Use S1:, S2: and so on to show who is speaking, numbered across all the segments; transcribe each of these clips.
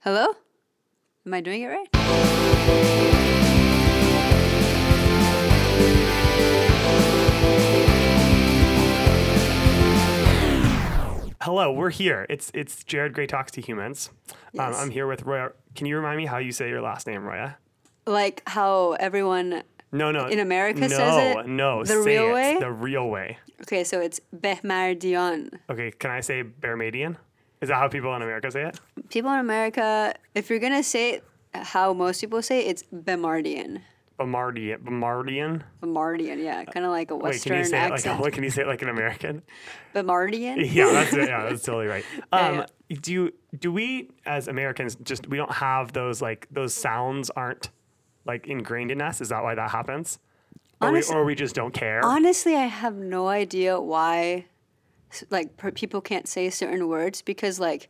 S1: Hello? Am I doing it right?
S2: Hello, we're here. It's it's Jared Gray Talks to Humans.
S1: Yes.
S2: Um, I'm here with Roya. Can you remind me how you say your last name, Roya?
S1: Like how everyone.
S2: No, no.
S1: In America
S2: no,
S1: says it?
S2: No,
S1: The
S2: say
S1: real
S2: it.
S1: way?
S2: The real way.
S1: Okay, so it's Behmar Dion.
S2: Okay, can I say Bermadian? Is that how people in America say it?
S1: People in America, if you're gonna say it how most people say it, it's Bemardian.
S2: Bombardian. Bombardian.
S1: Bemardian, yeah, kind of like a
S2: Wait, can
S1: Western
S2: you say it like
S1: accent.
S2: a, can you say it like an American?
S1: Bemardian?
S2: Yeah, that's it. yeah, that's totally right. Um,
S1: Yeah,
S2: Do you, do we as Americans just we don't have those like those sounds aren't like ingrained in us? Is that why that happens? Or we,
S1: Honest-
S2: or we just don't care?
S1: Honestly, I have no idea why, s- like, per- people can't say certain words because, like,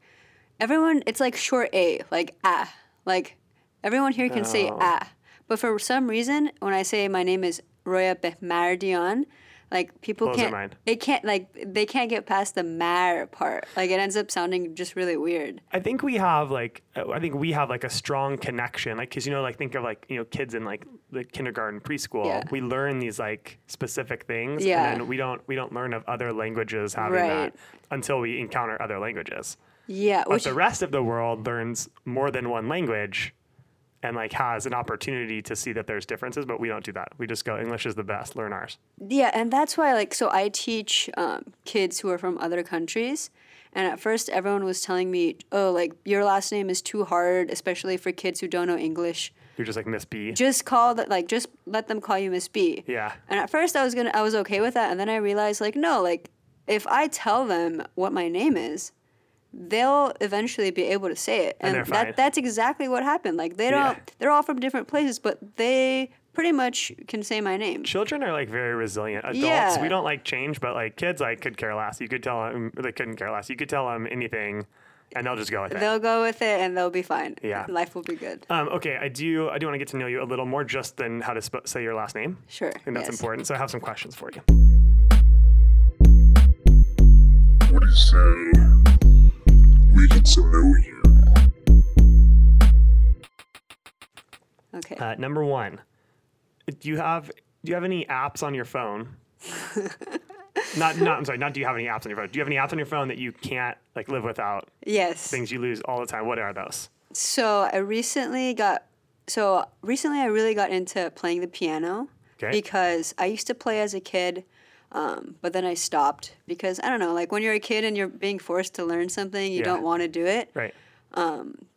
S1: everyone, it's like short A, like, ah. Like, everyone here can say
S2: Oh.
S1: ah. But for some reason, when I say my name is Roya Behmardion, like, people
S2: Blows their
S1: can't,
S2: mind.
S1: it can't, like, they can't get past the mar part. Like, it ends up sounding just really weird.
S2: I think we have like uh, I think we have like a strong connection, like because you know, like think of like you know kids in like the kindergarten, preschool.
S1: Yeah.
S2: We learn these like specific things,
S1: Yeah.
S2: and then we don't we don't learn of other languages having
S1: Right.
S2: that until we encounter other languages.
S1: Yeah.
S2: But
S1: Which,
S2: the rest of the world learns more than one language, and like has an opportunity to see that there's differences. But we don't do that. We just go English is the best. Learn ours.
S1: Yeah, and that's why, like, so I teach um, kids who are from other countries. And at first, everyone was telling me, oh, like, your last name is too hard, especially for kids who don't know English.
S2: You're just like Miss B.
S1: Just call that, like, just let them call you Miss B.
S2: yeah.
S1: And at first, I was gonna, I was okay with that. And then I realized, like, no, like, if I tell them what my name is, they'll eventually be able to say it. And,
S2: And they're fine.
S1: that, that's exactly what happened. Like, they
S2: Yeah.
S1: don't, they're all from different places, but they pretty much can say my name.
S2: Children are like very resilient. Adults,
S1: Yeah.
S2: we don't like change, but like kids, like could care less. You could tell them they couldn't care less. You could tell them anything, and they'll just go with it.
S1: They'll go with it and they'll be fine.
S2: Yeah.
S1: Life will be good.
S2: um, okay, I do. I do want to get to know you a little more, just than how to sp- say your last name.
S1: Sure.
S2: I think that's
S1: yes.
S2: important. So I have some questions for you.
S3: What do you say? We get to know you.
S1: Okay.
S2: Uh, number one, do you have do you have any apps on your phone? not not I'm sorry. Not do you have any apps on your phone? Do you have any apps on your phone that you can't like live without?
S1: yes.
S2: Things you lose all the time. What are those?
S1: So I recently got so recently I really got into playing the piano
S2: Okay.
S1: because I used to play as a kid, um, but then I stopped because I don't know, like when you're a kid and you're being forced to learn something, you
S2: Yeah.
S1: don't want to do it.
S2: Right.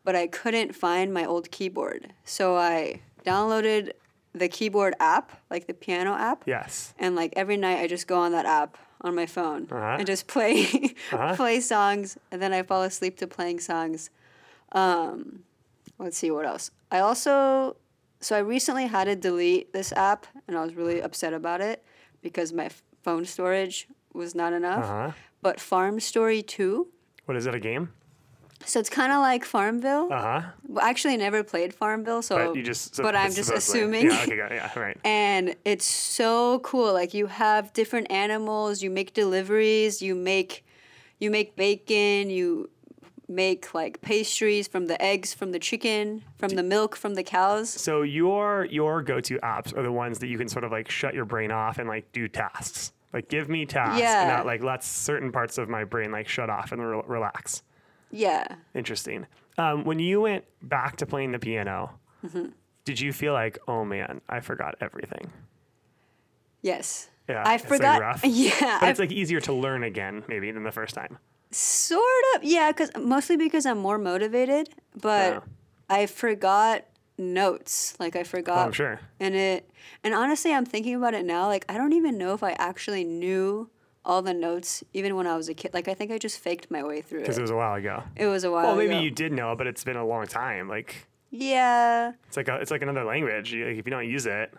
S1: but I couldn't find my old keyboard. So I downloaded the keyboard app, like the piano app.
S2: Yes.
S1: And like every night I just go on that app on my phone
S2: Uh-huh.
S1: and just play
S2: Uh-huh.
S1: play songs and then I fall asleep to playing songs. Um, let's see what else. I also so I recently had to delete this app and I was really upset about it because my f- phone storage was not enough.
S2: Uh-huh.
S1: But Farm Story 2
S2: What is it? A game?
S1: so it's kind of like Farmville.
S2: Uh huh.
S1: Well, I actually never played Farmville, so
S2: But you just.
S1: but I'm just
S2: supposedly-
S1: assuming.
S2: Yeah. Okay. Got it. Yeah. Right.
S1: And it's so cool. Like you have different animals, you make deliveries, you make you make bacon, you make like pastries from the eggs, from the chicken, from the milk, from the cows.
S2: So your your go to apps are the ones that you can sort of like shut your brain off and like do tasks. Like give me tasks,
S1: Yeah.
S2: and that like lets certain parts of my brain like shut off and re- relax.
S1: Yeah.
S2: Interesting. Um, when you went back to playing the piano,
S1: Mm-hmm.
S2: did you feel like, oh man, I forgot everything?
S1: Yes.
S2: Yeah,
S1: I
S2: it's, like,
S1: forgot.
S2: rough.
S1: Yeah,
S2: But
S1: I
S2: it's like easier to learn again maybe than the first time.
S1: sort of. Yeah, because mostly because I'm more motivated, but
S2: Yeah.
S1: I forgot notes. Like I forgot.
S2: Oh, I'm sure.
S1: and it and honestly i'm thinking about it now like i don't even know if i actually knew all the notes even when i was a kid like i think i just faked my way through
S2: Because
S1: it
S2: it was a while ago.
S1: it was a while
S2: Well, maybe
S1: ago.
S2: you did know, but it's been a long time. Like
S1: yeah
S2: it's like a, it's like another language. You, like, if you don't use it,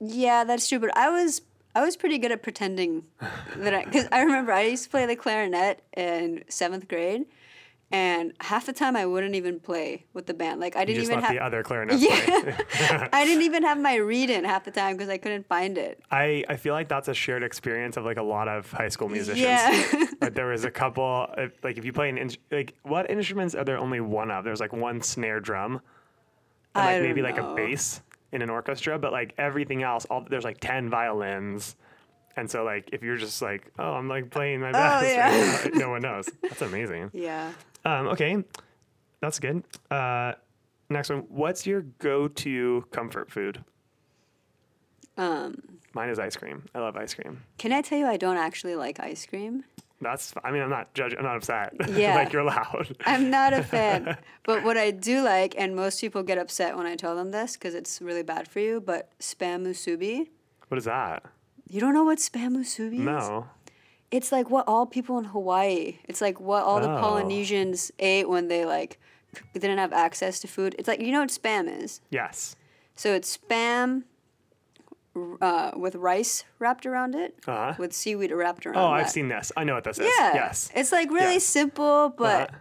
S1: yeah that's true but i was i was pretty good at pretending that i because i remember i used to play the clarinet in seventh grade and half the time I wouldn't even play with the band. Like I
S2: You
S1: didn't
S2: just uh,
S1: even
S2: let
S1: have
S2: the other clarinet play.
S1: yeah. I didn't even have my read in half the time because I couldn't find it.
S2: I, I feel like that's a shared experience of like a lot of high school musicians.
S1: Yeah.
S2: But there was a couple, uh, like if you play an, in- like what instruments are there only one of? There's like one snare drum and
S1: I
S2: like maybe
S1: don't
S2: like a
S1: know.
S2: bass in an orchestra, but like everything else, all there's like 10 violins. And so like, if you're just like, oh, I'm like playing my bass, right now," no one knows. That's amazing.
S1: Yeah.
S2: Um, okay. That's good. Uh, next one. What's your go-to comfort food?
S1: Um,
S2: Mine is ice cream. I love ice cream.
S1: can I tell you I don't actually like ice cream?
S2: That's. I mean, I'm not judging. I'm not upset.
S1: Yeah.
S2: like you're loud.
S1: I'm not a fan. but what I do like, and most people get upset when I tell them this because it's really bad for you, but spam musubi.
S2: What is that?
S1: You don't know what spam musubi is?
S2: No.
S1: It's like what all people in Hawaii, it's like what all the
S2: Oh.
S1: Polynesians ate when they like c- didn't have access to food. It's like, you know what spam is?
S2: Yes.
S1: So it's spam r- uh, with rice wrapped around it,
S2: Uh-huh.
S1: with seaweed wrapped around
S2: Oh,
S1: that.
S2: I've seen this. I know what this is.
S1: Yeah.
S2: Yes.
S1: It's like really
S2: Yeah.
S1: simple, but
S2: Uh-huh.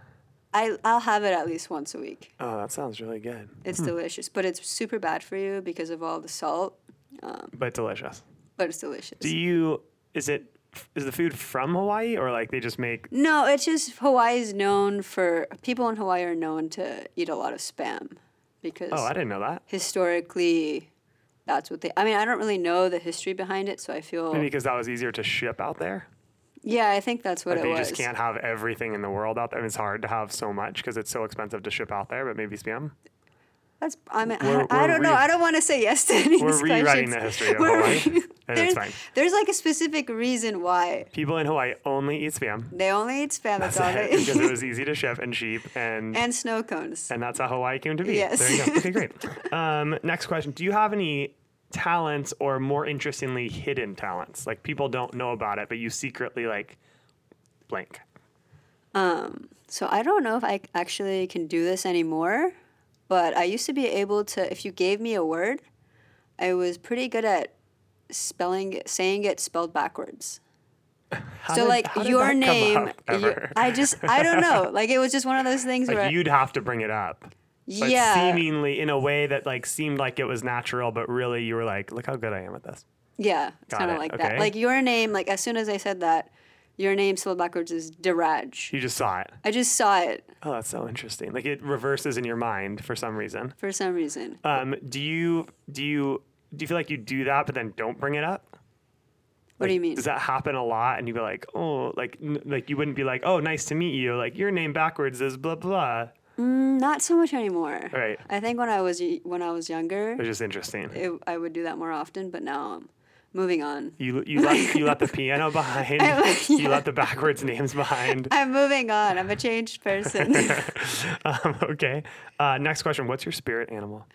S1: I, I'll have it at least once a week.
S2: Oh, that sounds really good,
S1: It's delicious, but it's super bad for you because of all the salt.
S2: but delicious.
S1: But it's delicious.
S2: Do you? Is it? Is the food from Hawaii or like they just make?
S1: no, it's just Hawaii is known for people in Hawaii are known to eat a lot of spam because
S2: Oh, I didn't know that.
S1: historically that's what they. I mean, I don't really know the history behind it, so I feel
S2: Maybe because that was easier to ship out there.
S1: yeah, I think that's what
S2: Like
S1: it
S2: they
S1: was.
S2: just can't have everything in the world out there. And it's hard to have so much because it's so expensive to ship out there. But maybe spam.
S1: That's I mean I
S2: We're-
S1: don't- I
S2: we're
S1: don't know.
S2: re-
S1: I don't want to say yes to any of
S2: We're
S1: these
S2: rewriting
S1: questions.
S2: the history of
S1: We're
S2: Hawaii,
S1: re-
S2: and
S1: there's,
S2: it's fine.
S1: there's like a specific reason why
S2: People in Hawaii only eat spam.
S1: they only eat spam. That's, all they
S2: because it
S1: eat.
S2: was easy to ship and cheap and
S1: and snow cones.
S2: and that's how Hawaii came to be.
S1: Yes.
S2: There you go. Okay, great. Um, next question: Do you have any talents, or more interestingly, hidden talents? Like people don't know about it, but you secretly like blank.
S1: So I don't know if I actually can do this anymore, but I used to be able to. If you gave me a word, I was pretty good at spelling it- saying it spelled backwards.
S2: How
S1: so
S2: did-
S1: like
S2: how did
S1: your
S2: that come
S1: name,
S2: up
S1: your-
S2: ever?
S1: I just I don't know. Like it was just one of those things where
S2: like you'd have to bring it up. But
S1: yeah.
S2: seemingly in a way that like seemed like it was natural, but really you were like, look how good I am at this.
S1: Yeah, it's
S2: Got
S1: kind of
S2: it,
S1: like
S2: okay.
S1: that. Like your name, like as soon as I said that, your name spelled backwards is Diraj.
S2: You just saw it.
S1: I just saw it
S2: Oh, that's so interesting. Like it reverses in your mind for some reason.
S1: for some reason.
S2: Um, do you do you do you feel like you do that, but then don't bring it up?
S1: what do
S2: Like,
S1: you mean?
S2: Does that happen a lot? And you go like, oh, like n- like you wouldn't be like, oh, nice to meet you. Like your name backwards is blah blah.
S1: Not so much anymore.
S2: All right.
S1: I think when I was y- when I was younger,
S2: It's just interesting.
S1: it, I would do that more often, but now I'm moving on.
S2: You you left you left the piano behind.
S1: I like-
S2: You left the backwards names behind.
S1: I'm moving on. I'm a changed person.
S2: Um, okay. Uh, next question. What's your spirit animal?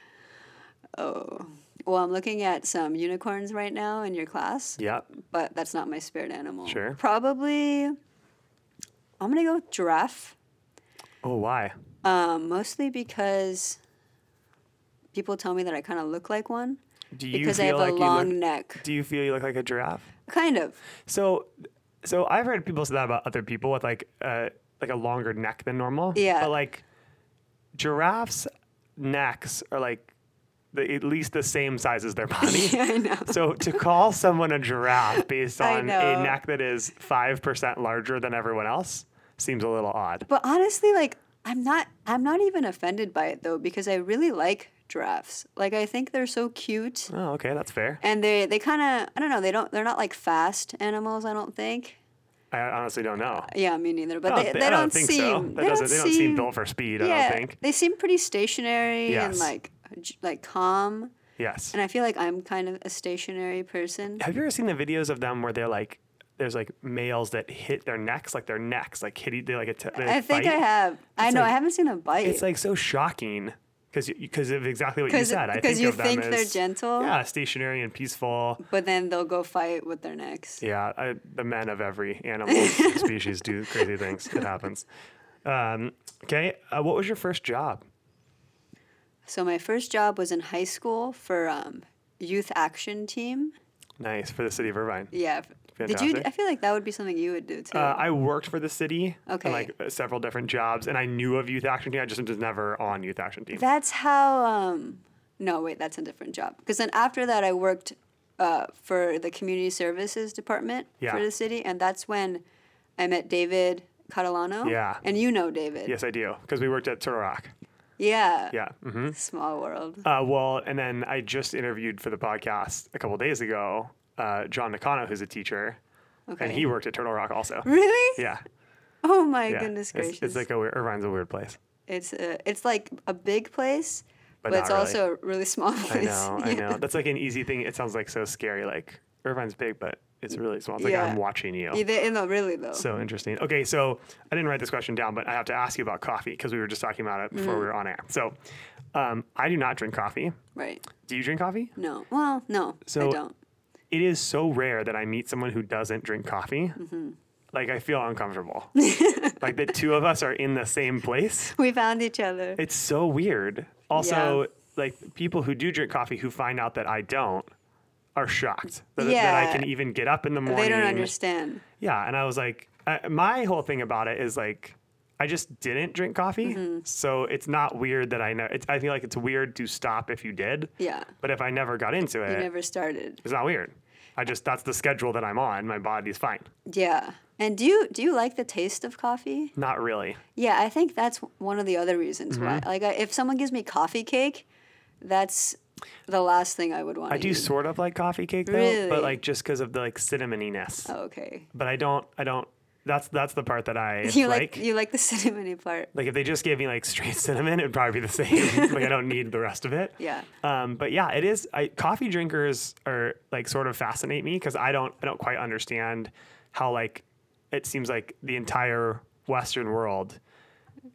S1: oh. Well, I'm looking at some unicorns right now in your class,
S2: Yep.
S1: but that's not my spirit animal.
S2: Sure.
S1: Probably I'm going to go with giraffe.
S2: Oh, why?
S1: Um, mostly because people tell me that I kind of look like one
S2: Do you
S1: because I have
S2: feel like
S1: a long
S2: you look,
S1: neck.
S2: Do you feel you look like a giraffe?
S1: Kind of.
S2: So, so I've heard people say that about other people with like uh like a longer neck than normal.
S1: Yeah.
S2: But like giraffes' necks are like the, at least the same size as their body.
S1: Yeah, I know.
S2: So to call someone a giraffe based
S1: I
S2: on a
S1: know.
S2: neck that is five percent larger than everyone else seems a little odd.
S1: But honestly, like I'm not I'm not even offended by it though because I really like giraffes. Like I think they're so cute
S2: Oh, okay, that's fair.
S1: and they they kind of I don't know, they don't they're not like fast animals, I don't think.
S2: I honestly don't know.
S1: Yeah, me neither. But
S2: I don't,
S1: they,
S2: thi-
S1: they
S2: I
S1: don't,
S2: don't think
S1: seem
S2: so. That
S1: they,
S2: doesn't,
S1: don't
S2: they
S1: seem
S2: don't seem built for speed. I
S1: yeah,
S2: don't think.
S1: They seem pretty stationary and
S2: Yes.
S1: like j- like calm.
S2: Yes.
S1: And I feel like I'm kind of a stationary person.
S2: Have you ever seen the videos of them where they're like, there's like males that hit their necks, like their necks, like hit, e- they like attack.
S1: I think I have. I
S2: It's
S1: know. I
S2: like-
S1: haven't seen a bite.
S2: It's like so shocking because because of exactly what you
S1: 'Cause-
S2: said. I
S1: because
S2: think
S1: you
S2: of them
S1: think they're
S2: as,
S1: gentle?
S2: Yeah, stationary and peaceful.
S1: but then they'll go fight with their necks.
S2: Yeah, I, the men of every animal species do crazy things. It happens. Um, okay, uh, what was your first job?
S1: So my first job was in high school for um, youth action team.
S2: Nice for the city of Irvine.
S1: Yeah, f- Did
S2: Fantastic.
S1: you? I feel like that would be something you would do too.
S2: Uh, I worked for the city
S1: Okay.
S2: in like uh, several different jobs, and I knew of youth action team. I just was never on youth action team.
S1: that's how. Um, no, wait, that's a different job. Because then after that, I worked uh, for the community services department
S2: Yeah.
S1: for the city, and that's when I met David Catalano.
S2: Yeah.
S1: And you know David.
S2: yes, I do, because we worked at Turtle Rock.
S1: Yeah.
S2: Yeah.
S1: Mm-hmm.
S2: hmm
S1: Small world.
S2: Uh, well, and then I just interviewed for the podcast a couple days ago uh, John Nakano, who's a teacher,
S1: Okay.
S2: and he worked at Turtle Rock also.
S1: really?
S2: Yeah.
S1: Oh my
S2: yeah.
S1: goodness
S2: It's-
S1: gracious!
S2: It's, like a weird, Irvine's a weird place.
S1: It's uh, it's like a big place,
S2: But
S1: but,
S2: not
S1: it's
S2: really.
S1: also a really small
S2: I
S1: place.
S2: know, I know. That's like an easy thing. It sounds like so scary. Like Irvine's big, but it's really small. It's like
S1: Yeah.
S2: I'm watching you.
S1: Yeah, they- no, eh, really though.
S2: Oh. So interesting. Okay, so I didn't write this question down, but I have to ask you about coffee because we were just talking about it
S1: Mm-hmm.
S2: before we were on air. So um, I do not drink coffee.
S1: right.
S2: Do you drink coffee?
S1: No. Well, no,
S2: So-
S1: I don't.
S2: It is so rare that I meet someone who doesn't drink coffee.
S1: Mm-hmm.
S2: Like I feel uncomfortable. like the two of us are in the same place.
S1: We found each other.
S2: It's so weird. Also,
S1: Yeah.
S2: like people who do drink coffee who find out that I don't are shocked that, that I
S1: Yeah.
S2: can even get up in the morning.
S1: They don't understand.
S2: Yeah, and I was like, I, my whole thing about it is like, I just didn't drink coffee,
S1: Mm-hmm.
S2: so it's not weird that I know. It's, I feel like it's weird to stop if you did.
S1: Yeah.
S2: But if I never got into
S1: You
S2: it,
S1: never started.
S2: it's not weird. I just that's the schedule that I'm on. My body's fine.
S1: Yeah. And do you do you like the taste of coffee?
S2: Not really.
S1: Yeah, I think that's one of the other reasons why.
S2: Mm-hmm.
S1: Like, I, if someone gives me coffee cake, that's the last thing I would want.
S2: I do sort of like coffee cake though,
S1: Mm. Really?
S2: but like just because of the like cinnamoniness.
S1: Oh, okay.
S2: But I don't. I don't. That's that's the part that I
S1: You like
S2: like.
S1: you like the cinnamony part.
S2: Like if they just gave me like straight cinnamon, it'd probably be the same. like I don't need the rest of it.
S1: Yeah.
S2: Um, but yeah, it is. I, coffee drinkers are like sort of fascinate me because I don't I don't quite understand how like it seems like the entire Western world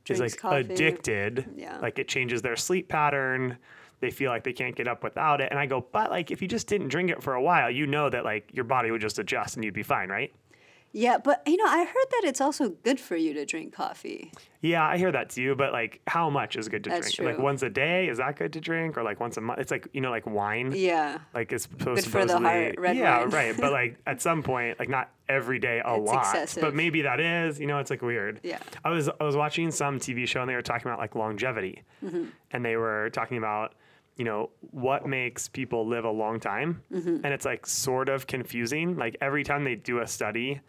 S2: is
S1: Drinks
S2: like
S1: coffee.
S2: addicted.
S1: Yeah.
S2: Like it changes their sleep pattern. They feel like they can't get up without it. And I go, but like if you just didn't drink it for a while, you know that like your body would just adjust and you'd be fine, right?
S1: Yeah, but you know, I heard that it's also good for you to drink coffee.
S2: Yeah, I hear that too, but like how much is good to
S1: That's
S2: drink? Like
S1: true.
S2: once a day, is that good to drink? Or like once a month? It's like, you know, like wine.
S1: Yeah.
S2: Like it's supposed
S1: Good for the
S2: supposedly-
S1: heart, red
S2: yeah,
S1: wine.
S2: right. But like at some point, like not every day a
S1: It's
S2: lot,
S1: excessive.
S2: but maybe that is. You know, it's like weird.
S1: Yeah.
S2: I was I was watching some TV show and they were talking about like longevity,
S1: Mm-hmm.
S2: and they were talking about you know what makes people live a long time,
S1: Mm-hmm.
S2: and it's like sort of confusing. Like every time they do a study,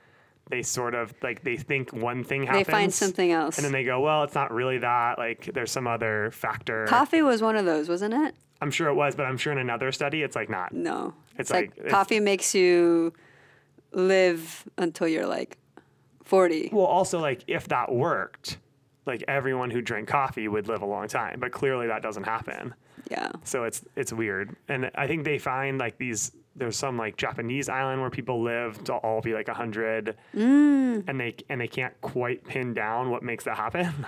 S2: they sort of like they think one thing
S1: They
S2: happens.
S1: find something else.
S2: And then they go, well, it's not really that. Like, there's some other factor.
S1: coffee was one of those, wasn't it?
S2: I'm sure it was, but I'm sure in another study, it's like not.
S1: No.
S2: It's like- it's-
S1: coffee makes you live until you're like 40.
S2: Well, also like if that worked, like everyone who drank coffee would live a long time, but clearly that doesn't happen.
S1: Yeah.
S2: So it's it's weird, and I think they find like these. There's some like Japanese island where people live to all be like hundred,
S1: Mm.
S2: and they and they can't quite pin down what makes that happen.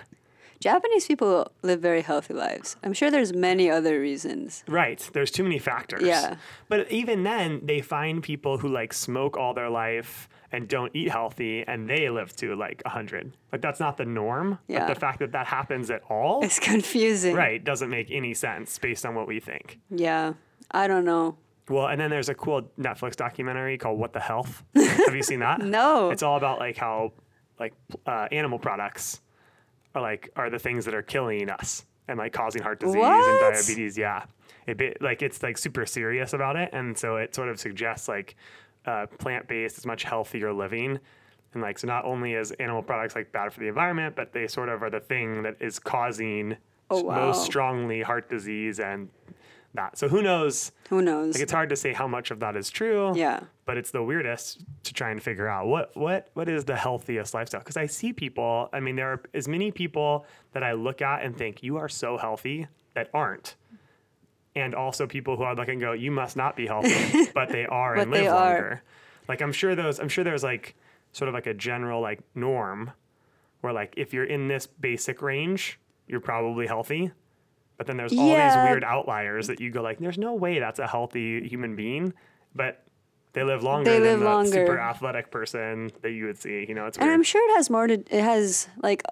S1: Japanese people live very healthy lives. I'm sure there's many other reasons.
S2: Right. There's too many factors.
S1: Yeah.
S2: But even then, they find people who like smoke all their life and don't eat healthy and they live to like 100. Like that's not the norm.
S1: Yeah.
S2: But the fact that that happens at all,
S1: It's confusing.
S2: right, doesn't make any sense based on what we think.
S1: Yeah. I don't know.
S2: Well, and then there's a cool Netflix documentary called What the Health. Have you seen that?
S1: No.
S2: It's all about like how like uh, animal products are like are the things that are killing us and like causing heart disease and
S1: What?
S2: diabetes. Yeah, it be, like it's like super serious about it, and so it sort of suggests like uh, plant based is much healthier living. And like so, not only is animal products like bad for the environment, but they sort of are the thing that is causing
S1: Oh, wow.
S2: most strongly heart disease and that. So who knows?
S1: Who knows?
S2: Like it's hard to say how much of that is true.
S1: Yeah.
S2: But it's the weirdest to try and figure out what what what is the healthiest lifestyle? Because I see people. I mean, there are as many people that I look at and think you are so healthy that aren't, and also people who I look and go, you must not be healthy, but they are and
S1: But
S2: live
S1: they are.
S2: longer. Like I'm sure those. I'm sure there's like sort of like a general like norm where like if you're in this basic range, you're probably healthy. But then there's all
S1: Yeah.
S2: these weird outliers that you go like, there's no way that's a healthy human being, but they live longer
S1: They
S2: than
S1: live
S2: the
S1: longer.
S2: super athletic person that you would see. You know, it's
S1: And
S2: weird.
S1: I'm sure it has more to, it has like,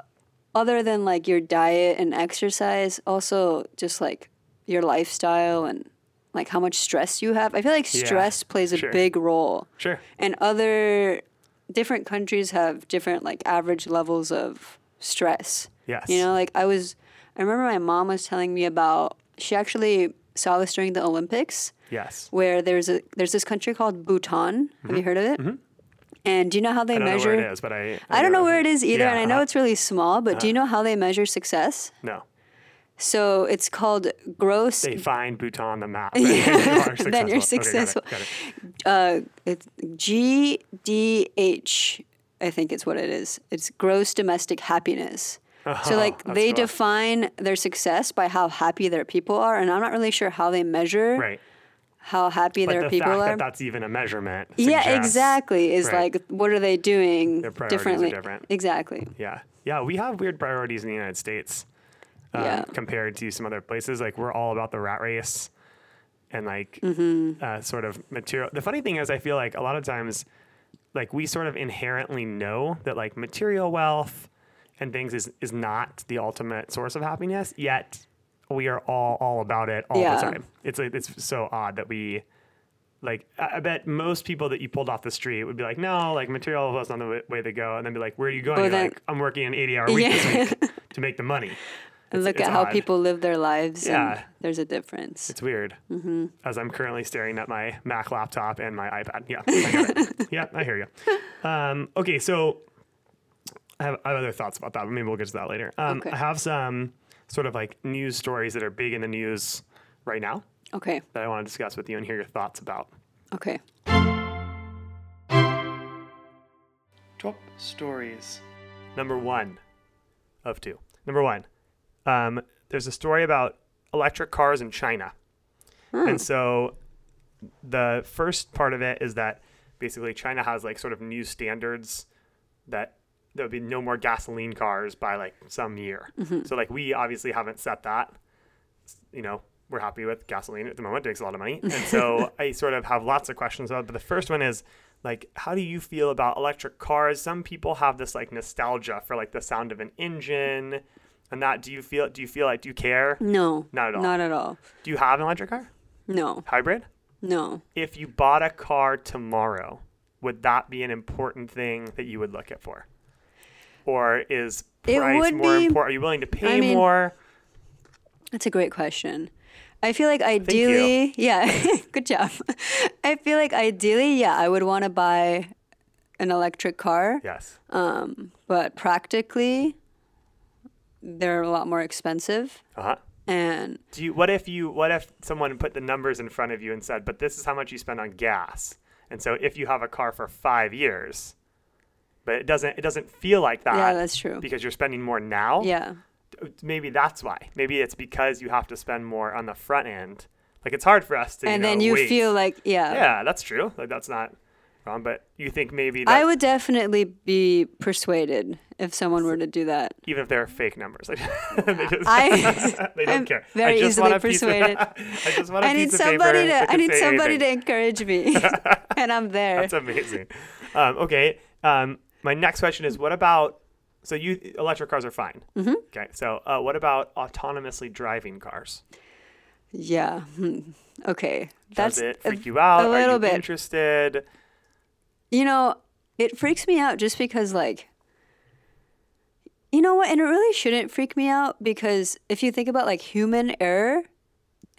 S1: other than like your diet and exercise, also just like your lifestyle and like how much stress you have. I feel like
S2: Yeah,
S1: stress plays a
S2: sure.
S1: big role.
S2: Sure.
S1: And other different countries have different like average levels of stress.
S2: Yes.
S1: You know, like I was I remember my mom was telling me about she actually saw this during the Olympics
S2: Yes.
S1: where there's a there's this country called Bhutan. Have you heard of it? And do you know how they
S2: Mm-hmm. I don't
S1: measure
S2: know where it is, but I.
S1: I don't know where it is either,
S2: Yeah,
S1: and I know
S2: uh-huh.
S1: it's really small, but do you know how they measure success?
S2: No.
S1: So it's called gross.
S2: They find Bhutan on the map. Yeah.
S1: Then you're successful. Uh, it's GDH, I think it's what it is. It's gross domestic happiness. So like
S2: Uh-huh. that's
S1: they
S2: cool.
S1: define their success by how happy their people are, and I'm not really sure how they measure
S2: Right.
S1: how happy
S2: But
S1: their
S2: the
S1: people
S2: fact
S1: are.
S2: that that's even a measurement.
S1: yeah,
S2: suggests-
S1: exactly. Is
S2: right.
S1: like what are they doing
S2: Their priorities are
S1: differently?
S2: different.
S1: Exactly.
S2: Yeah. Yeah. We have weird priorities in the United States um,
S1: Yeah.
S2: compared to some other places. Like, we're all about the rat race and like
S1: Mm-hmm.
S2: uh, sort of material. The funny thing is, I feel like a lot of times, like, we sort of inherently know that like material wealth and things is, is not the ultimate source of happiness, yet we are all all about it all
S1: Yeah.
S2: the time. It's like, it's so odd that we like I I bet most people that you pulled off the street would be like, no, like material was not the wa- way to go, and then be like, where are you going?
S1: Well,
S2: You're
S1: then-
S2: like, I'm working an 80 hour week this week to make the money.
S1: And look
S2: it's
S1: at how
S2: odd.
S1: people live their lives.
S2: Yeah.
S1: and there's a difference.
S2: It's weird. Mm-hmm. As I'm currently staring at my Mac laptop and my iPad. Yeah, I got it. yeah, I hear you. Um, okay, so I have, I have other thoughts about that, but maybe we'll get to that later. Um,
S1: Okay.
S2: I have some sort of like news stories that are big in the news right now
S1: Okay.
S2: that I want to discuss with you and hear your thoughts about.
S1: Okay.
S2: Top stories. Number one of two. Number one, um, there's a story about electric cars in China. And so the first part of it is that basically China has like sort of new standards that there'll be no more gasoline cars by like some year. So like we obviously haven't set that. You know, we're happy with gasoline at the moment. It makes a lot of money. And so I sort of have lots of questions about it. But the first one is like, how do you feel about electric cars? Some people have this like nostalgia for like the sound of an engine and that. Do you feel, do you feel like, do you care?
S1: No.
S2: Not at all.
S1: Not at all.
S2: Do you have an electric car?
S1: No.
S2: Hybrid?
S1: No.
S2: if you bought a car tomorrow, would that be an important thing that you would look at for? Or is
S1: It
S2: price
S1: would
S2: more
S1: be-
S2: important? Are you willing to pay
S1: I mean,
S2: more?
S1: That's a great question. I feel like ideally, yeah, good job. I feel like ideally, yeah, I would want to buy an electric car,
S2: Yes.
S1: but practically, they're a lot more expensive.
S2: Uh-huh.
S1: And
S2: Do you what if you what if someone put the numbers in front of you and said, "But this is how much you spend on gas." And so if you have a car for 5 years, but it doesn't it doesn't feel like that.
S1: Yeah, that's true.
S2: Because you're spending more now.
S1: yeah,
S2: Maybe that's why. Maybe it's because you have to spend more on the front end. Like it's hard for us to
S1: and
S2: know,
S1: then you
S2: wait.
S1: feel like, yeah,
S2: Yeah, that's true. Like that's not wrong, but you think maybe that
S1: I would definitely be persuaded if someone were to do that.
S2: even if they're fake numbers, like, they, just,
S1: I-
S2: they don't
S1: I'm
S2: care.
S1: very
S2: I just
S1: easily
S2: want a piece of-
S1: persuaded.
S2: I just want a
S1: I need
S2: piece of
S1: somebody
S2: paper that
S1: to. I
S2: can
S1: need
S2: say
S1: somebody
S2: anything.
S1: to encourage me, and I'm there.
S2: That's amazing. Um, okay. Um, my next question is: What about? So you electric cars are fine.
S1: Mm-hmm.
S2: Okay. So uh, what about autonomously driving cars?
S1: Yeah. hmm. Okay.
S2: Does
S1: That's
S2: it
S1: uh,
S2: freak you out?
S1: A
S2: are
S1: little
S2: you
S1: bit.
S2: interested?
S1: you know, it freaks me out just because, like, you know what? And it really shouldn't freak me out because if you think about like human error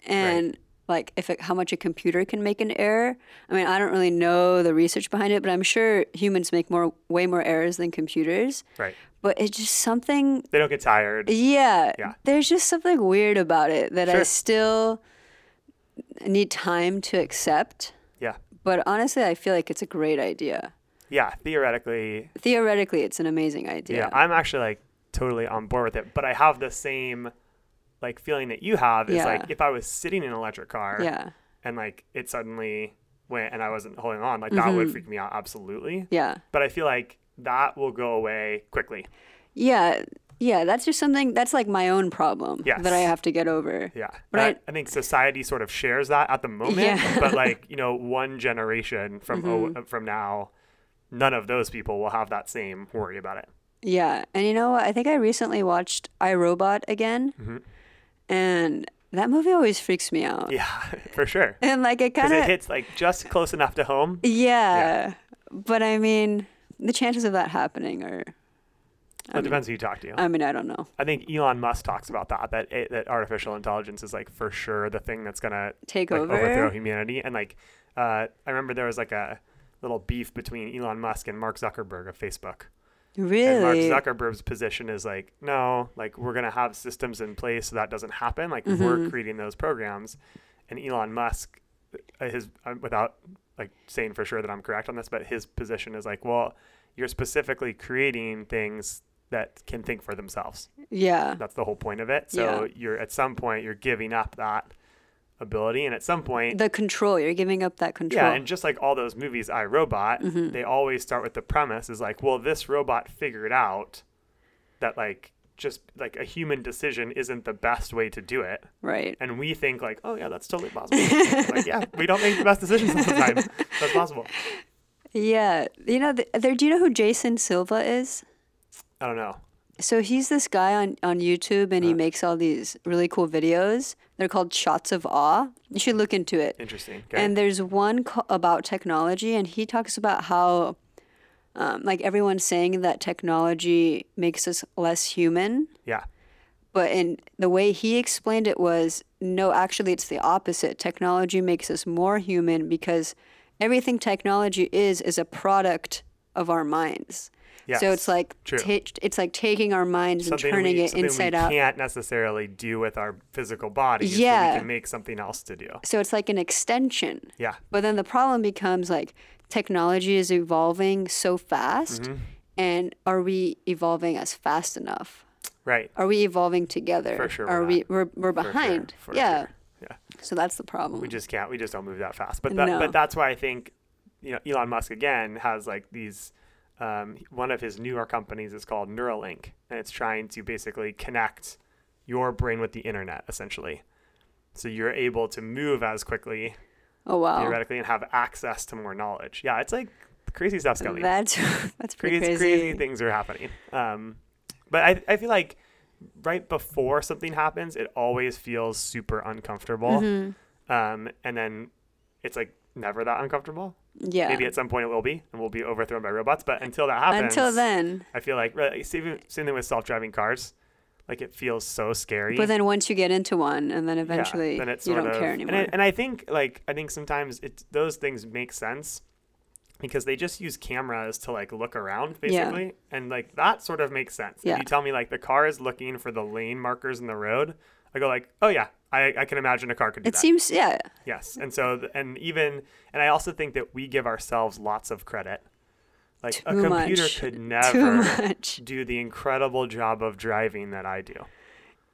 S1: and like if it, how much a computer can make an error, I mean, I don't really know the research behind it, but I'm sure humans make more, way more errors than computers.
S2: Right.
S1: But it's just something
S2: They don't get tired.
S1: Yeah.
S2: Yeah.
S1: There's just something weird about it that I
S2: Sure.
S1: still need time to accept.
S2: Yeah.
S1: But honestly, I feel like it's a great idea.
S2: Yeah. Theoretically,
S1: Theoretically, it's an amazing
S2: Yeah.
S1: idea.
S2: I'm actually like totally on board with it, but I have the same like feeling that you have. It's
S1: Yeah.
S2: like if I was sitting in an electric car
S1: Yeah.
S2: and like it suddenly went and I wasn't holding on, like that
S1: Mm-hmm.
S2: would freak me out absolutely.
S1: Yeah.
S2: But I feel like that will go away quickly.
S1: Yeah. Yeah. That's just something that's like my own problem
S2: Yes.
S1: that I have to get over.
S2: Yeah.
S1: But
S2: And I, I think society sort of shares that at the moment,
S1: Yeah. Mm-hmm.
S2: but like, you know, one generation from oh, from now, none of those people will have that same worry about it.
S1: Yeah. And you know what? I think I recently watched iRobot again. And That movie always freaks me out.
S2: Mm-hmm. Yeah, for sure.
S1: And like it
S2: Because
S1: kind
S2: it
S1: of
S2: hits like just close enough to home.
S1: yeah. But I mean, the chances of that happening are
S2: Well, it depends who you talk to.
S1: I mean, I don't know.
S2: I think Elon Musk talks about that that it, that artificial intelligence is like for sure the thing that's gonna
S1: Take
S2: like,
S1: over.
S2: overthrow humanity. And like, uh, I remember there was like a little beef between Elon Musk and Mark Zuckerberg of Facebook.
S1: Really?
S2: And Mark Zuckerberg's position is like, no, like we're gonna have systems in place so that doesn't happen. Like we're
S1: Mm-hmm.
S2: creating those programs, and Elon Musk, uh, his uh, without like saying for sure that I'm correct on this, but his position is like, well, you're specifically creating things that can think for themselves.
S1: yeah.
S2: That's the whole point of it. So
S1: Yeah.
S2: you're at some point you're giving up that ability, and at some point
S1: The control. You're giving up that control.
S2: yeah, and just like all those movies, I Robot,
S1: Mm-hmm.
S2: they always start with the premise is like, well, this robot figured out that like just like a human decision isn't the best way to do it,
S1: right.
S2: and we think like, oh yeah, that's totally possible. like, yeah, we don't make the best decisions sometimes. That's possible.
S1: Yeah. You know, th- there. Do you know who Jason Silva is?
S2: I don't know.
S1: So he's this guy on, on YouTube and he makes all these really cool videos. They're called Shots of Awe. You should look into it.
S2: Interesting. Okay.
S1: And there's one co- about technology, and he talks about how, um, like, everyone's saying that technology makes us less human.
S2: yeah.
S1: But in the way he explained it was no, actually, it's the opposite. Technology makes us more human because everything technology is is a product of our minds. So
S2: Yes,
S1: it's like
S2: true.
S1: ta- it's like taking our minds and turning
S2: we,
S1: it
S2: something
S1: inside
S2: we
S1: out.
S2: can't necessarily do with our physical body. So
S1: Yeah.
S2: we can make something else to do.
S1: So it's like an extension.
S2: Yeah.
S1: But then the problem becomes like technology is evolving so fast,
S2: Mm-hmm.
S1: and are we evolving as fast enough?
S2: Right.
S1: Are we evolving together?
S2: For sure
S1: Are
S2: we're
S1: we
S2: not.
S1: we're, we're
S2: For sure,
S1: behind?
S2: for
S1: yeah.
S2: sure. Yeah.
S1: So that's the problem.
S2: we just can't we just don't move that fast but that,
S1: No.
S2: but that's why i think you know elon musk again has like these um, one of his newer companies is called neuralink and it's trying to basically connect your brain with the internet essentially so you're able to move as quickly
S1: oh wow.
S2: theoretically and have access to more knowledge yeah it's like crazy stuff's going
S1: That's that's pretty
S2: crazy,
S1: crazy.
S2: crazy things are happening. Um, but I, I feel like right before something happens, it always feels super uncomfortable.
S1: Mm-hmm.
S2: Um, and then it's like never that uncomfortable.
S1: Yeah.
S2: Maybe at some point it will be, and we'll be overthrown by robots. But until that happens,
S1: Until then.
S2: I feel like right, it's even same thing with self-driving cars. Like it feels so scary.
S1: But then once you get into one, and then
S2: Yeah,
S1: eventually
S2: then it's
S1: you
S2: sort
S1: don't
S2: of-
S1: care
S2: and
S1: anymore.
S2: I- And, I think like I think sometimes it's those things make sense because they just use cameras to like look around basically, and like that sort of makes sense.
S1: Yeah.
S2: If you tell me like the car is looking for the lane markers in the road, I go like, oh yeah, I, I can imagine a car could do
S1: it
S2: that.
S1: seems yeah.
S2: yes, and so th- and even and I also think that we give ourselves lots of credit. Like a
S1: Too
S2: computer
S1: much.
S2: could
S1: Too
S2: never
S1: much.
S2: do the incredible job of driving that I do.